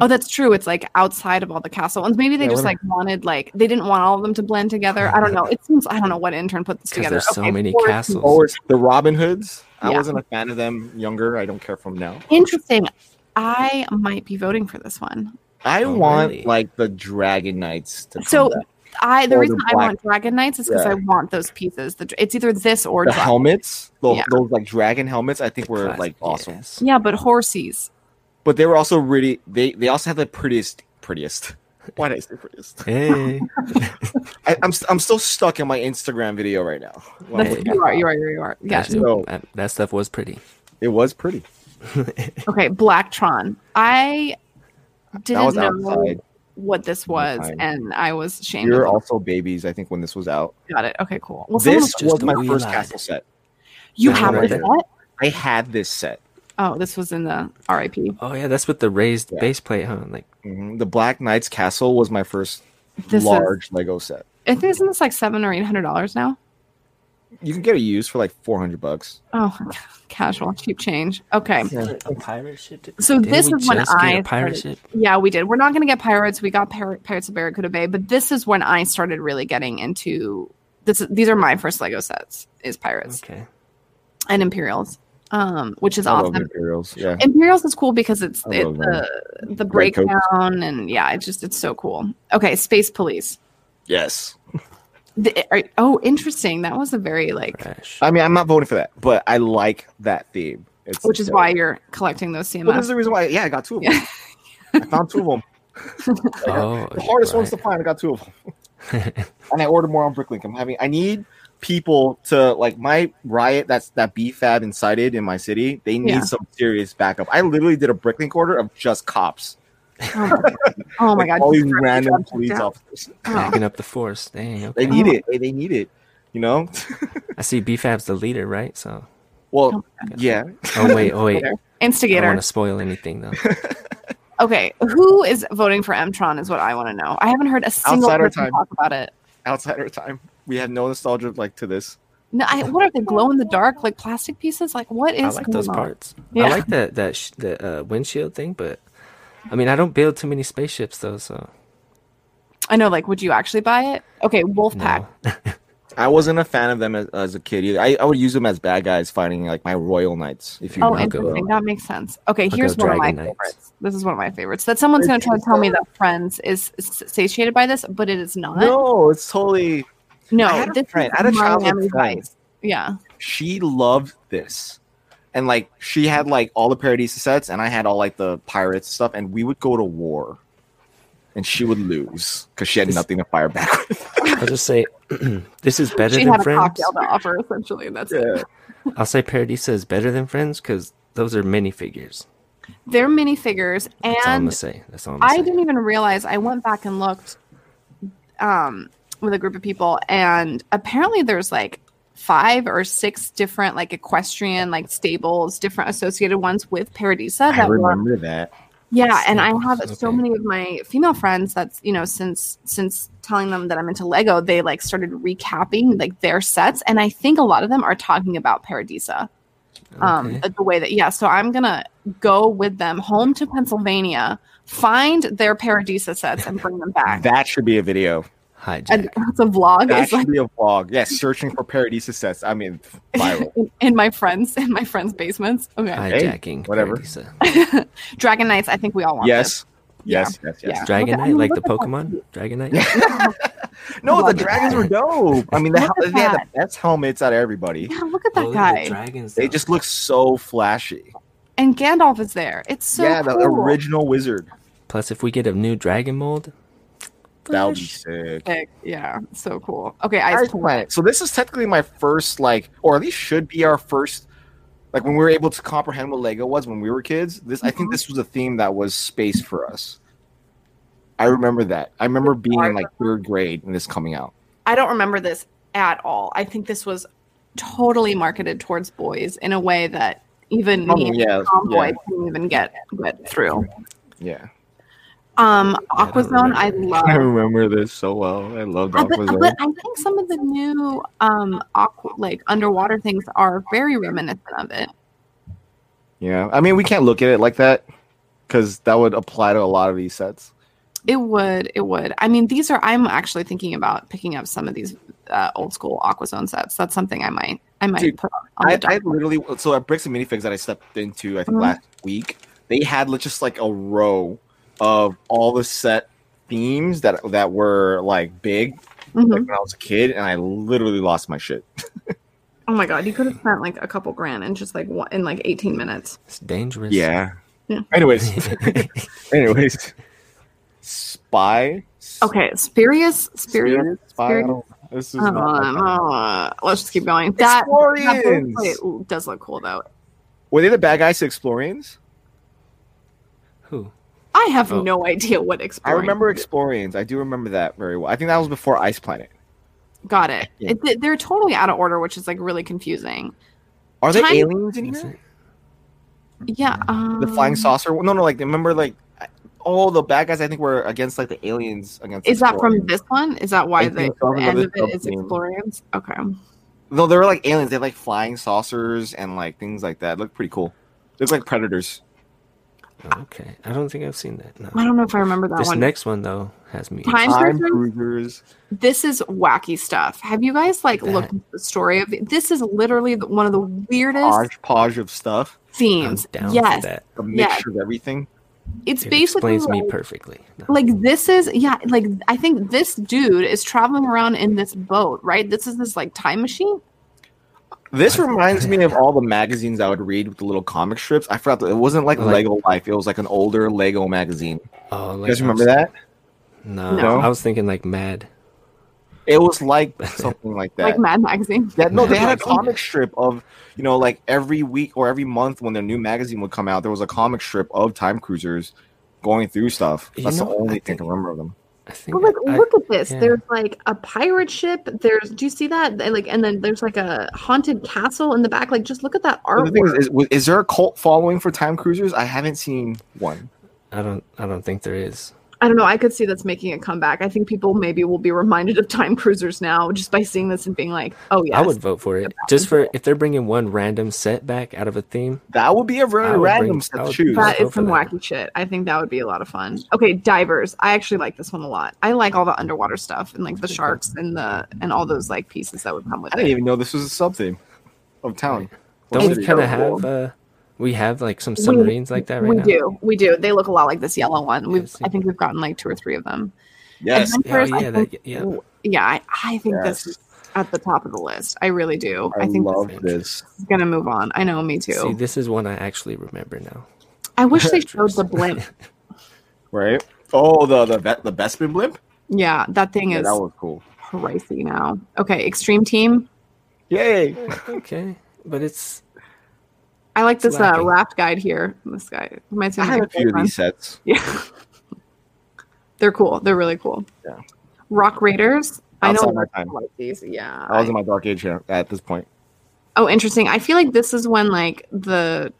S1: Oh, that's true. It's like outside of all the castle ones. Maybe they
S2: Yeah,
S1: just
S2: what
S1: like wanted like they didn't want all of them to blend together. I don't know. It seems I don't know what intern put this
S2: 'Cause
S1: together.
S2: there's so many
S1: Forest-
S2: castles.
S3: Or the Robin Hoods. I
S1: Yeah.
S3: wasn't a fan of them younger. I don't care for them now.
S1: Interesting. I might be voting for this one.
S3: I
S2: Oh,
S3: want
S2: really?
S3: like the Dragon Knights to come
S1: So
S3: back.
S1: I the
S3: Or the
S1: reason I
S3: black-
S1: want Dragon Knights is because
S3: Yeah.
S1: I want those pieces. The, it's either this or
S3: the
S1: Dragon.
S3: helmets, tho-
S1: Yeah.
S3: those like dragon helmets, I think were
S2: Classic,
S3: like awesome.
S2: yes.
S1: yeah, but horsies.
S3: But they were also really they they also had the prettiest prettiest. Why did I say prettiest?
S2: Hey,
S3: I, I'm st- I'm still stuck in my Instagram video right now. Well,
S1: That's what you are. You are. You are. You are. Yeah.
S2: actually,
S3: So-
S2: that, that stuff was pretty.
S3: It was pretty.
S1: Okay. Blacktron. I
S3: That
S1: didn't
S3: was
S1: know
S3: outside.
S1: what this was,
S3: Fine.
S1: and I was
S3: We
S1: ashamed. of
S3: were
S1: it.
S3: also babies. I think when this was out.
S1: Got it. Okay. Cool. Well, someone
S3: this
S1: was-
S2: just
S3: was
S2: the
S3: my
S2: wheel
S3: first
S2: eye.
S3: castle set.
S1: you
S2: that
S1: have
S2: one
S1: this
S2: right
S1: set?
S3: I had this set.
S1: Oh, this was in the RIP.
S2: Oh yeah, that's with the raised
S3: Yeah.
S2: base plate, huh? Like
S3: Mhm. The Black Knight's castle was my first
S1: This is.
S3: large Lego set.
S1: I think isn't this like seven or eight hundred dollars now?
S3: You can get it used for like four hundred bucks.
S1: Oh, casual, cheap change. Okay.
S2: a pirate ship.
S1: So this is when I
S2: pirate
S1: started-
S2: ship.
S1: Yeah, we did. We're not going to get pirates. We got Pir- Pirates of Barracuda Bay, but this is when I started really getting into this. These are my first Lego sets is pirates
S2: Okay,
S1: and Imperials, um, which is
S3: I love
S1: awesome.
S3: materials. Yeah.
S1: Imperials is cool because it's
S3: I
S1: it,
S3: love
S1: the the
S3: Great coats.
S1: breakdown and yeah, it's just it's so cool. Okay, Space Police.
S3: Yes.
S1: The, are, oh, interesting. That was a very like,
S2: fresh.
S3: I mean, I'm not voting for that, but I like that theme. It's
S1: which is why you're collecting those CMS.
S3: Well, this is the reason why. Yeah, I got two of them. I found two of them.
S2: Oh,
S3: The hardest
S2: right.
S3: ones to find. I got two of them, and I ordered more on Bricklink. I'm having. I need people to like my riot. That's that BFAB incited in my city. They need
S1: Yeah.
S3: some serious backup. I literally did a Bricklink order of just cops.
S1: Oh my god! Oh my
S3: Like,
S1: god!
S3: all these
S1: Just
S3: random
S1: grabbed
S3: police
S1: that.
S3: officers.
S1: Oh,
S2: Backing up the force. Dang.
S3: They
S2: Okay.
S3: need
S1: Oh.
S3: it. They- They need it. You know.
S2: I see BFAB's the leader, right? So.
S3: Well, yeah.
S2: Oh wait, oh wait. I don't
S1: Instigator.
S2: want to spoil anything though.
S1: Okay, who is voting for Mtron is what I want to know. I haven't heard a single
S3: Outside our
S1: person
S3: time.
S1: talk about it.
S3: Outside our time, we have no nostalgia like to this.
S1: No, I, what are they glow in the dark like plastic pieces? Like what is
S2: I like
S1: going
S2: those
S1: on?
S2: parts.
S1: Yeah.
S2: I like that that sh- the uh, windshield thing, but I mean, I don't build too many spaceships though, so
S1: I know. Like, would you actually buy it? Okay, Wolfpack.
S2: no.
S3: I wasn't a fan of them as, as a kid either. I, I would use them as bad guys fighting like my royal knights. If you
S1: Oh,
S3: will.
S2: I'll go-
S1: interesting. That makes sense. Okay,
S2: go
S1: here's one of my
S2: Dragon Knights.
S1: favorites. This is one of my favorites. That someone's going to try to tell me that Friends is s- satiated by this, but it is not.
S3: no, it's totally.
S1: No,
S3: I had a
S1: this is
S3: friend. I had a childhood
S1: Miami
S3: friend.
S1: Vice. Yeah.
S3: She loved this, and like she had like all the Paradisa sets, and I had all like the pirates stuff, and we would go to war, and she would lose because she had
S2: This-
S3: nothing to fire back with.
S2: I'll just say this is better
S1: She
S2: than
S1: had a
S2: friends.
S1: cocktail to offer, essentially. and That's it.
S2: I'll say Paradisa is better than friends because those are minifigures.
S1: They're minifigures,
S2: That's all I'm gonna
S1: and
S2: say. That's all I'm gonna
S1: I
S2: say.
S1: didn't even realize. I went back and looked um, with a group of people, and apparently there's like five or six different like equestrian like stables, different associated ones with Paradisa
S3: I
S1: that were
S3: remember that.
S1: yeah, and I
S2: Stables,
S1: have so
S2: okay.
S1: many of my female friends that's you know since since telling them that I'm into Lego, they like started recapping like their sets, and I think a lot of them are talking about Paradisa. Um,
S2: Okay.
S1: the way that yeah, so I'm gonna go with them home to Pennsylvania, find their Paradisa sets, and bring them back.
S3: That should be a video.
S1: and
S2: Hijack.
S1: that's a vlog.
S3: That
S1: It's like
S3: should be a vlog. Yes, searching for Paradisa sets. I mean, viral.
S1: in, in my friends in my friends' basements. Okay,
S2: Hijacking.
S3: whatever.
S2: Paradisa.
S1: Dragon Knights. I think we all want. this.
S3: Yes.
S1: Yeah.
S3: Yes, yes, yes.
S1: Yeah.
S2: Dragon
S1: Look at- I
S2: Knight,
S1: mean,
S2: like the
S1: look at
S2: Pokemon. Dragon Knight.
S3: No, the
S1: Love it.
S3: dragons were dope. I mean,
S1: Look
S3: the, hel-
S1: at
S3: they had
S1: that.
S3: the best helmets out of everybody.
S1: Yeah, look at that
S2: Oh, look at the
S1: guy.
S2: dragons.
S3: They
S2: though.
S3: just look so flashy.
S1: and Gandalf is there. It's so
S3: yeah, the
S1: cool.
S3: original wizard.
S2: Plus, if we get a new dragon mold,
S3: That would be sick.
S1: Like, yeah, so cool. Okay, Ice
S3: Ice
S1: Planet.
S3: Planet. So this is technically my first, like, or at least should be our first, like, when we were able to comprehend what Lego was when we were kids. This, I think,
S1: Mm-hmm.
S3: this was a theme that was space for us. I remember that. I remember being in like third grade and this coming out.
S1: I don't remember this at all. I think this was totally marketed towards boys in a way that even
S3: Oh,
S1: me, and
S3: yeah,
S1: tomboy,
S3: yeah.
S1: couldn't even get get through.
S3: Yeah,
S1: Um,
S2: I don't
S1: Aquazone, I
S2: remember.
S1: love.
S3: I remember this so well. I loved
S1: Uh, but,
S3: Aquazone.
S1: but I think some of the new um aqua like underwater things are very reminiscent of it.
S3: Yeah, I mean, we can't look at it like that because that would apply to a lot of these sets.
S1: It would. It would. I mean, these are. I'm actually thinking about picking up some of these uh, old school Aquazone sets. That's something I might. I might
S3: Dude,
S1: put on. on
S3: I,
S1: the
S3: I
S1: dock.
S3: literally so at Bricks and Minifigs that I stepped into I think
S1: Mhm.
S3: last week they had like, just like a row of all the set themes that that were like big
S1: Mhm.
S3: like, when I was a kid and I literally lost my shit.
S1: Oh my god, you could have spent like a couple grand in just like one, in like 18 minutes.
S2: It's dangerous.
S3: Yeah.
S1: Yeah.
S3: Anyways, anyways, spy.
S1: Okay, Spurious, Spurious.
S3: Spy. I don't- This is
S1: Um,
S3: not-
S1: uh, let's just keep going. That, that
S3: Explorians!
S1: bracelet does look cool though.
S3: were they the bad guys to Explorians?
S2: Who?
S1: I have
S2: Oh.
S1: no idea what
S3: I
S1: Exploring.
S3: remember Explorians. I do remember that very well. I think that was before Ice Planet.
S1: Got it.
S3: Yeah.
S1: It- they- they're totally out of order, which is like really confusing.
S3: Are they
S1: Time-
S3: aliens in
S2: Is
S3: here?
S2: it?
S1: Yeah. Um,
S3: The flying saucer? No, no. Like remember, like I- all the bad guys. I think were against like the aliens. Against
S1: Is that from
S3: Explorians.
S1: this one? Is that why
S3: I
S1: the,
S3: think so. I
S1: the
S3: have
S1: end of
S3: another
S1: it is
S3: sub-theme.
S1: Explorians? Okay.
S3: No, they were like aliens. They had like flying saucers and like things like that. Look pretty cool. Looks like predators.
S2: Oh, okay. I don't think I've seen that.
S1: I
S2: No.
S1: don't know if I remember that
S2: This
S1: one.
S2: next one though has me.
S1: Time
S3: Time
S1: cruisers?
S3: cruisers.
S1: this is wacky stuff. Have you guys like
S2: That-
S1: looked at the story of this? Is literally the- one of the weirdest
S3: hodgepodge of stuff,
S2: I'm
S1: themes.
S2: down
S1: yes,
S2: for that.
S3: a
S1: Yeah.
S3: mixture of everything.
S1: it's
S2: It
S1: basically
S2: explains
S1: like,
S2: me perfectly. No.
S1: like this is yeah. Like I think this dude is traveling around in this boat, right? This is this like time machine.
S3: This reminds me of all the magazines I would read with the little comic strips. I forgot that it wasn't like,
S2: Like-
S3: Lego Life; it was like an older Lego magazine.
S2: oh,
S3: You
S2: like,
S3: guys
S2: I
S3: remember
S2: was-
S3: that?
S2: No,
S3: No.
S2: I was thinking like Mad.
S3: It was like something like that.
S1: Like Mad Magazine.
S3: that no, they had a
S2: Mad Magazine.
S3: comic strip of you know, like every week or every month when their new magazine would come out, there was a comic strip of time cruisers going through stuff.
S2: You
S3: That's
S2: know,
S3: the only
S2: I
S3: thing I remember of them.
S2: I think.
S1: But like,
S2: I-
S1: look at this.
S2: yeah.
S1: There's like a pirate ship. There's. Do you see that? They, Like, and then there's like a haunted castle in the back. Like, just look at that
S3: But the thing
S1: artwork.
S3: is, is, is there a cult following for time cruisers? I haven't seen one.
S2: I don't. I don't think there is.
S1: I don't know. I could see that's making a comeback. I think people maybe will be reminded of time cruisers now just by seeing this and being like, "Oh yeah,
S2: I would vote for it just for if they're bringing one random set back out of a theme.
S3: That would be a very
S2: I would
S3: random
S2: bring- I
S3: set to
S2: would-
S3: choose.
S1: that
S2: Go
S1: is
S2: for
S1: some
S2: that.
S1: wacky shit." I think that would be a lot of fun. Okay, divers. I actually like this one a lot. I like all the underwater stuff and like the sharks and the and all those like pieces that would come with
S3: I didn't
S1: it.
S3: even know this was a sub theme of town.
S2: Don't
S1: It's
S2: we kind
S1: so
S2: of have?
S1: cool.
S2: Uh, we have like some submarines like that right
S1: we
S2: now.
S1: do, we do. They look a lot like this yellow one. We've,
S2: Yes,
S1: I think we've gotten like two or three of them.
S3: Yes.
S2: Yeah, oh,
S1: Adventures, I
S2: yeah,
S1: think-
S2: that, yeah.
S1: w- yeah. I, I think
S3: Yes.
S1: this is at the top of the list. I really do.
S3: I,
S1: I, think
S3: love
S1: this
S3: this.
S1: is gonna move on. I know, me too.
S2: See, this is one I actually remember now.
S1: I wish they showed the blimp.
S3: Right? Oh, the the vet, the Bespin blimp.
S1: Yeah, that thing
S3: Yeah,
S1: is
S3: that was cool.
S1: pricey now. Okay, Extreme Team.
S3: Yay!
S2: okay, but it's
S1: I like this uh,
S2: Slacking.
S1: raft guide here. This guy reminds me
S3: I
S1: of
S3: have
S1: my
S3: a few of
S1: boyfriend.
S3: these sets.
S1: Yeah, they're cool. They're really cool.
S3: Yeah.
S1: Rock Raiders. I
S3: Outside
S1: know.
S3: my
S1: I
S3: time.
S1: like these. Yeah.
S3: I was in my dark age here at this point.
S1: oh, interesting. I feel like this is when like the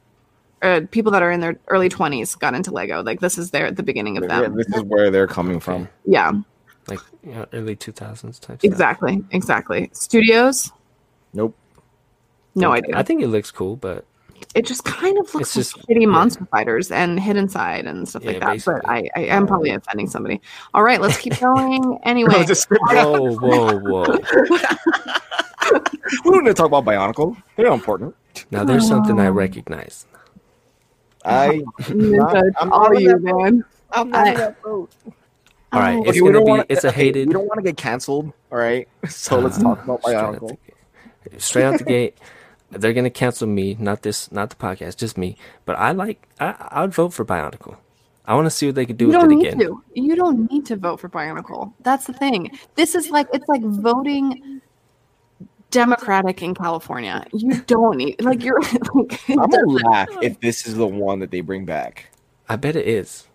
S1: uh, people that are in their early twenties got into Lego. Like this is their the beginning of
S3: Yeah,
S1: them.
S3: This is where they're coming from.
S1: Yeah.
S2: like you know, early two thousands type. stuff.
S1: Exactly. Exactly. Studios.
S3: Nope.
S1: No
S2: Like,
S1: idea.
S2: I think it looks cool, but
S1: it just kind of looks
S2: just-
S1: like shitty monster fighters and hidden side and stuff like
S2: Yeah,
S1: that. But I, I am probably offending somebody. All right, let's keep going. Anyway,
S3: Just- we
S2: whoa, whoa, whoa!
S3: don't need to talk about Bionicle. They're not important.
S2: Now there's something I
S1: Um,
S2: recognize.
S3: I
S1: Minta,
S3: I'm-
S1: it's
S3: I'm
S1: all
S3: not
S1: you,
S3: in
S1: man.
S3: I'm
S1: not in
S3: that boat.
S2: All right,
S1: Oh,
S2: it's
S3: we
S2: gonna
S3: don't
S2: be.
S3: wanna-
S2: it's a
S3: okay,
S2: hated.
S3: We don't want to get canceled. All right. So let's
S2: Uh,
S3: talk about
S2: straight out
S3: Bionicle.
S2: the- Straight out the gate, they're gonna cancel me. Not this, not the podcast, just me. But I like. I I'd vote for Bionicle. I want to see what they could do
S1: you
S2: with
S1: don't
S2: it
S1: need
S2: again.
S1: to. You don't need to vote for Bionicle. That's the thing. This is like it's like voting Democratic in California. You don't need like you're. Like, it
S3: I'm
S1: doesn't-
S3: gonna laugh if this is the one that they bring back.
S2: I bet it is.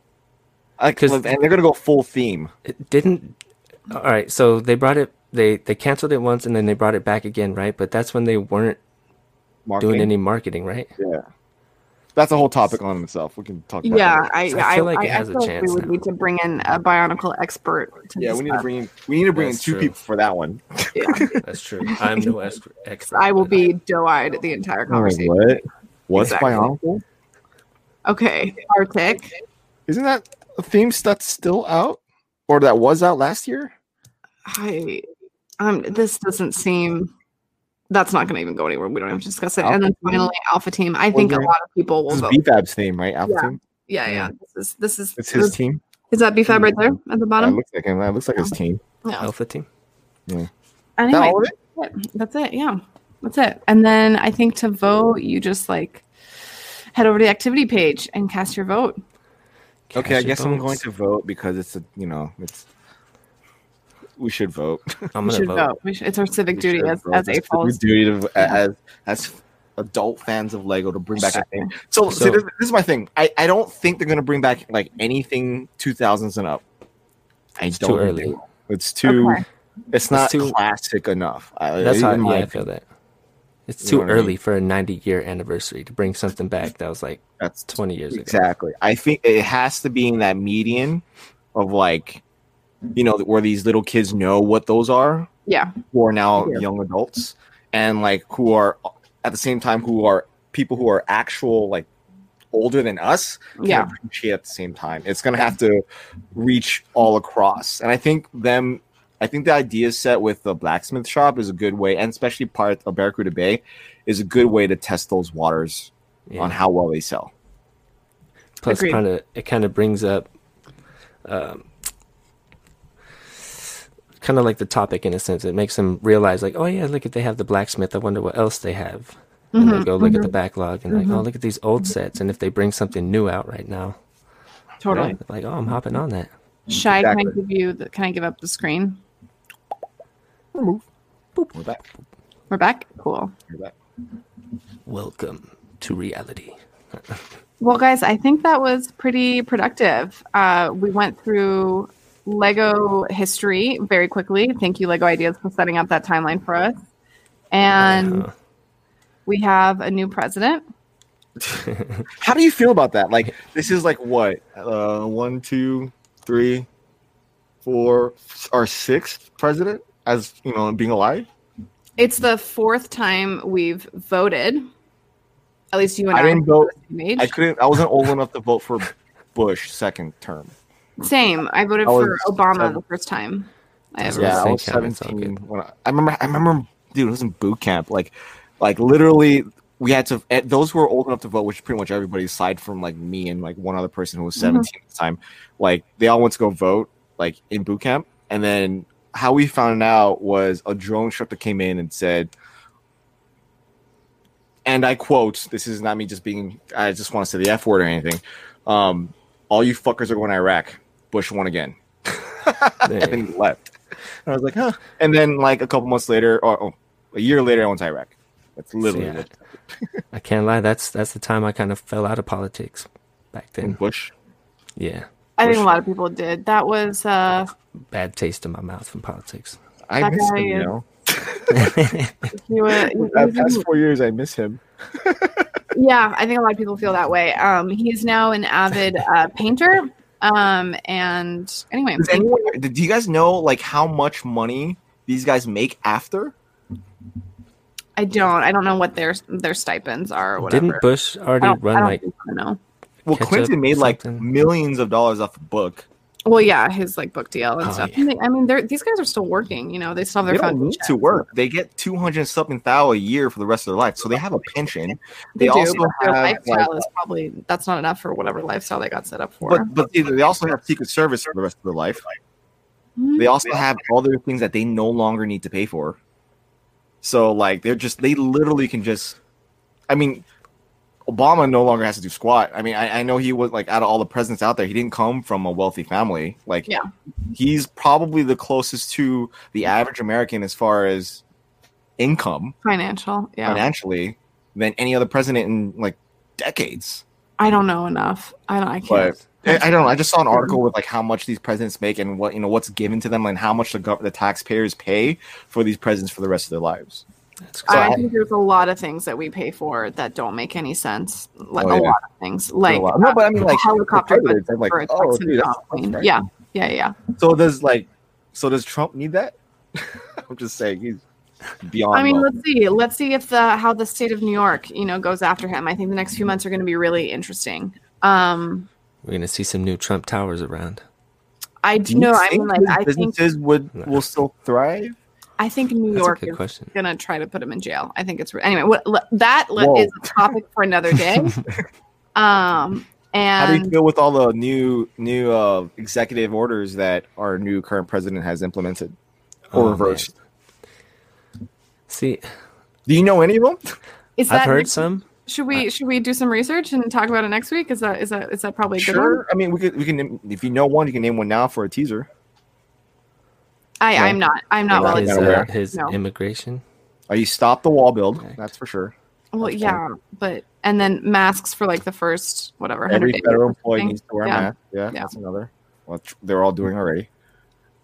S3: Like,
S2: 'Cause-
S3: and they're gonna go full theme.
S2: It didn't. All right, so they brought it. They they canceled it once, and then they brought it back again, right? But that's when they weren't
S3: Marketing.
S2: doing any marketing, right?
S3: Yeah. That's a whole topic on itself. We can talk about
S1: yeah,
S3: that.
S1: I,
S2: So I feel like
S1: I,
S2: it has
S1: I
S2: a
S1: feel like
S2: chance
S1: we would
S2: now.
S1: need to bring in a Bionicle expert. To
S3: Yeah, we need to
S1: discuss.
S3: bring in, we need to bring in
S2: That's
S3: two
S2: true.
S3: people for that one.
S1: Yeah.
S2: That's true. I'm no ex- expert.
S1: I will
S2: but
S1: be doe-eyed the entire conversation.
S3: what? What's
S1: Exactly.
S3: Bionicle?
S1: Okay, Arctic.
S3: Isn't that a theme that's still out or that was out last year?
S1: I um this doesn't seem that's not gonna even go anywhere. We don't have to discuss it. And then finally Alpha Team. I think a lot of people will
S3: This is
S1: vote.
S3: BFAB's theme, right? Alpha team.
S1: Yeah, yeah. This is this is
S3: It's his team. Mm-hmm.
S1: is that BFAB right there at the
S3: That
S1: bottom?
S3: looks like him. That looks like his team.
S1: No.
S2: Alpha team.
S3: Is that
S1: Anyway,
S3: all of it?
S1: that's it. That's it. Yeah. That's it. And then I think to vote, you just like head over to the activity page and cast your vote.
S3: Okay, I
S2: Cast your
S3: guess I'm
S2: votes.
S3: going to vote because it's a you know it's we should vote.
S2: I'm
S1: We
S2: gonna
S1: should
S2: vote.
S1: vote. We should, it's our civic
S3: We
S1: duty
S3: should
S1: as,
S3: vote.
S1: as
S3: It's
S1: AFOL.
S3: civic duty to, as as adult fans of Lego to bring back a thing. So, see,
S2: So-
S3: this, this is my thing. I, I don't think they're gonna bring back like anything 2000s and up. I
S2: It's
S3: don't
S2: too
S3: think
S2: early.
S3: they will. It's too.
S1: Okay.
S3: It's not
S2: too-
S3: classic enough. I,
S2: That's how
S3: even
S2: yeah,
S3: like-
S2: I feel that. It's
S3: You
S2: too
S3: know what I mean?
S2: early for a 90 year anniversary to bring something back that was like
S3: that's
S2: 20 years ago.
S3: Exactly. I think it has to be in that median of like, you know, where these little kids know what those are,
S1: Yeah.
S3: who are now
S1: Yeah.
S3: young adults, and like who are at the same time who are people who are actual like older than us can
S1: Yeah.
S3: appreciate at the same time. It's gonna have to reach all across, and I think them. I think the idea set with the blacksmith shop is a good way, and especially part of Barracuda Bay, is a good way to test those waters
S2: Yeah.
S3: on how well they sell.
S2: Plus,
S1: Agreed.
S2: kind of it kind of brings up, um, kind of like the topic in a sense. It makes them realize, like, oh yeah, look at they have the blacksmith. I wonder what else they have. And
S1: Mm-hmm,
S2: they go look at the backlog and like, oh look at these old sets. And if they bring something new out right now,
S1: Totally.
S2: they're like, oh, I'm hopping on that.
S1: Shy, can I
S3: Exactly.
S1: give you the, can I give up the screen?
S3: Remove. We're back.
S1: We're back? Cool.
S3: We're back.
S2: Welcome to reality.
S1: Well, guys, I think that was pretty productive. Uh, we went through Lego history very quickly. Thank you, Lego Ideas, for setting up that timeline for us. And
S2: Uh,
S1: we have a new president.
S3: How do you feel about that? Like this is like what? Uh one, two, three, four or sixth president as you know being alive?
S1: It's the fourth time we've voted. At least you and
S3: I
S1: I,
S3: didn't vote.
S1: Made.
S3: I couldn't I wasn't old enough to vote for Bush second term.
S1: Same. I voted
S3: I was
S1: for Obama
S3: seven.
S1: the first time I ever.
S3: Yeah, I
S2: Same
S3: was
S2: time, it's all
S3: seventeen
S2: good.
S3: when I, I remember I remember dude, it was in boot camp. Like like literally we had to eh, those who were old enough to vote, which pretty much everybody aside from like me and like one other person who was 17 at the time, like they all went to go vote like in boot camp. And then how we found out was a drone instructor came in and said, and I quote, this is not me just being I just want to say the F word or anything. Um, all you fuckers are going to Iraq. Bush won again. and
S2: Dang.
S3: then he left. And I was like, huh. And then like a couple months later, or oh, a year later, I went to Iraq. That's literally
S2: yeah.
S3: what
S2: I can't lie. That's that's the time I kind of fell out of politics back then.
S3: Bush.
S2: Yeah,
S1: I think a lot of people did. That was uh,
S2: bad taste in my mouth from politics.
S3: I
S1: That
S3: miss
S1: guy
S3: him, you
S1: is-
S3: know.
S1: you were, you-
S3: That
S1: you-
S3: past four years, I miss him.
S1: yeah i think a lot of people feel that way um he's now an avid uh, painter um and anyway
S3: Does anyone, do you guys know like how much money these guys make after?
S1: i don't i don't know what their their stipends are or whatever
S2: Didn't Bush
S1: I
S2: already
S1: don't, I
S2: run
S1: don't
S2: like
S1: think I know.
S3: Well,
S2: Ketchup,
S3: Clinton made like
S2: something.
S3: millions of dollars off a book.
S1: well yeah his like book deal and
S2: Oh,
S1: stuff
S2: yeah.
S1: And they- i mean they're, these guys are still working you know they still have
S3: They
S1: their
S3: don't
S1: phone
S3: need to work. They get two hundred something thou a year for the rest of their life, so they have a pension. They, also
S1: their
S3: have
S1: lifestyle
S3: like,
S1: is probably that's not enough for whatever lifestyle they got set up for
S3: but but they, they also have Secret Service for the rest of their life.
S1: Mhm.
S3: They also have all their things that they no longer need to pay for. So like they're just they literally can just I mean Obama no longer has to do squat. I mean, I, I know he was like out of all the presidents out there, he didn't come from a wealthy family. Like
S1: Yeah.
S3: he's probably the closest to the average American as far as income
S1: financial yeah
S3: financially than any other president in like decades.
S1: i don't know enough i don't i can't
S3: But I, I don't know. I just saw an article with like how much these presidents make and what you know what's given to them and how much the gov- the taxpayers pay for these presidents for the rest of their lives.
S2: that's
S3: So
S1: I
S3: I-
S1: think there's a lot of things that we pay for that don't make any sense. Like
S3: Oh,
S1: a
S3: yeah.
S1: lot of things, like uh,
S3: no, but I mean like
S1: helicopter
S3: the presidents, I'm like,
S1: for a
S3: oh,
S1: Texan
S3: dude, that's-
S1: comp plane.
S3: that's
S1: Yeah, yeah, yeah.
S3: So does like so does Trump need that? I'm just saying he's beyond.
S1: I mean,
S3: wealthy.
S1: let's see, let's see if the how the state of New York, you know, goes after him. I think the next few months are going to be really interesting. Um,
S2: We're gonna see some new Trump towers around.
S1: I
S3: Do
S1: do
S3: you
S1: know. I
S3: think
S1: mean, like,
S3: these
S1: I think
S3: businesses would
S2: No.
S3: will still thrive?
S1: I think New
S2: That's a
S1: York
S2: good
S1: is
S2: question.
S1: gonna try to put him in jail. I think it's anyway. What le- that le-
S3: Whoa.
S1: is a topic for another day. um,
S3: How do you
S1: and
S3: feel with all the new new uh, executive orders that our new current president has implemented
S2: Oh,
S3: or
S2: man.
S3: reversed?
S2: See,
S3: Do you know any of them?
S1: is
S2: I've
S1: that
S2: heard some.
S1: should we should we do some research and talk about it next week? Is that is that is that probably a good one?
S3: I mean, we could we can name- if you know one, you can name one now for a teaser.
S1: I
S3: Yeah.
S1: I'm not I'm not
S3: Well,
S1: willing
S2: his
S1: to.
S3: gotta
S2: uh,
S3: aware.
S2: his
S1: No.
S2: immigration.
S3: Are Uh, you stop the wall build?
S2: Correct.
S3: That's for sure.
S1: Well,
S3: That's
S1: yeah, but and then masks for like the first whatever. 100
S3: Every
S1: days
S3: federal
S1: or
S3: employee
S1: something.
S3: needs to wear a
S1: Yeah.
S3: mask. Yeah,
S1: Yeah.
S3: that's another. Well, tr- they're all doing already.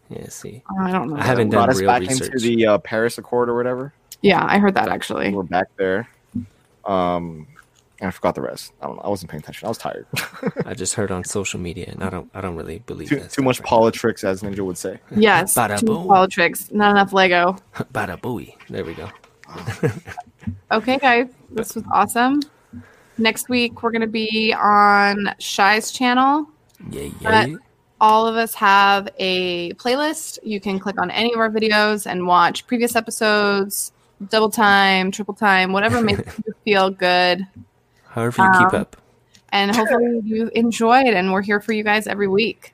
S2: Yeah, see,
S1: Oh, I don't know.
S2: I haven't
S3: Brought
S2: done
S3: us
S2: real
S3: back
S2: research.
S3: into the uh, Paris Accord or whatever.
S1: yeah, I heard that actually.
S3: We're back there. Um, and I forgot the rest. I don't know. I wasn't paying attention. I was tired.
S2: I just heard on social media, and I don't, I don't really believe
S3: too
S2: that
S3: too
S2: stuff
S3: much
S2: right
S3: politics, as Ninja would say.
S1: Yes,
S2: Bada
S1: too
S2: boom.
S1: many politics, not enough Lego.
S2: now. Bada booey. There we go.
S1: Okay, guys, this was awesome. Next week we're gonna be on Shy's channel.
S2: Yeah,
S1: But-
S2: yeah.
S1: All of us have a playlist. You can click on any of our videos and watch previous episodes, double time, triple time, whatever makes you feel good.
S2: However you keep
S1: Um,
S2: up.
S1: And hopefully you enjoyed. And we're here for you guys every week.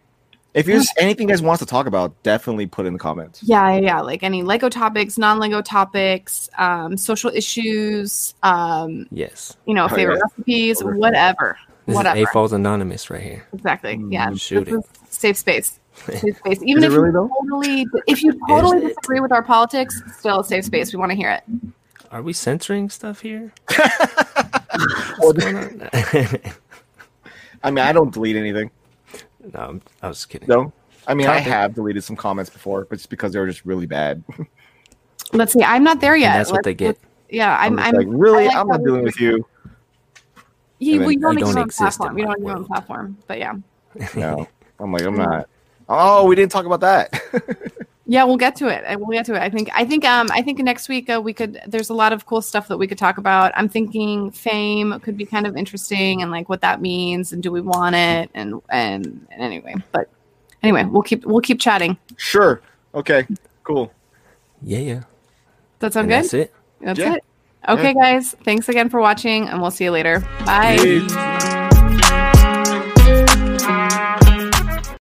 S3: If there's anything you guys want us to talk about, definitely put in the comments.
S1: Yeah, yeah, yeah. Like any Lego topics, non Lego topics, um, social issues, um,
S2: Yes,
S1: you know,
S3: Oh,
S1: favorite
S3: yeah.
S1: recipes,
S3: Over-
S1: whatever.
S2: this
S1: Whatever.
S2: is A Mm, Falls Anonymous right here.
S1: Exactly. Yeah.
S2: shoot
S1: This
S2: it.
S1: is Safe space. Safe space. Even
S3: it
S1: if
S3: really,
S1: you
S3: though?
S1: totally if you totally
S2: Is it?
S1: disagree with our politics, still a safe space. We want to hear it.
S2: Are we censoring stuff here?
S3: Well,
S2: What's going on?
S3: I mean, I don't delete anything.
S2: no, I'm, I was kidding.
S3: No. I mean,
S2: Topic.
S3: I have deleted some comments before, but just because they were just really bad.
S1: Let's see. I'm not there yet.
S2: and that's what
S1: Let's-
S2: they get.
S1: Yeah,
S3: I'm,
S1: I'm.
S3: just
S1: I'm
S3: like, really,
S1: I like
S3: I'm
S1: how
S3: not
S1: we
S3: dealing
S1: do
S3: with you.
S1: you,
S3: I
S1: well, you
S3: mean,
S1: don't, exist
S2: I don't
S1: on
S2: exist
S1: platform.
S2: in
S1: You
S2: my
S1: don't have your own
S2: world.
S1: platform, but yeah,
S3: No, I'm like, I'm not. Oh, we didn't talk about that.
S1: yeah, we'll get to it. I- We'll get to it. I think. I think. Um. I think next week uh, we could. There's a lot of cool stuff that we could talk about. I'm thinking fame could be kind of interesting and like what that means and do we want it and and, and anyway. But anyway, we'll keep we'll keep chatting.
S3: sure. Okay. Cool.
S2: Yeah, yeah.
S1: That sound
S2: and
S1: Oh, good?
S2: that's it.
S1: That's
S3: Yeah.
S1: it. Okay, guys. Thanks again for watching, and we'll see you later. Bye.
S3: Peace.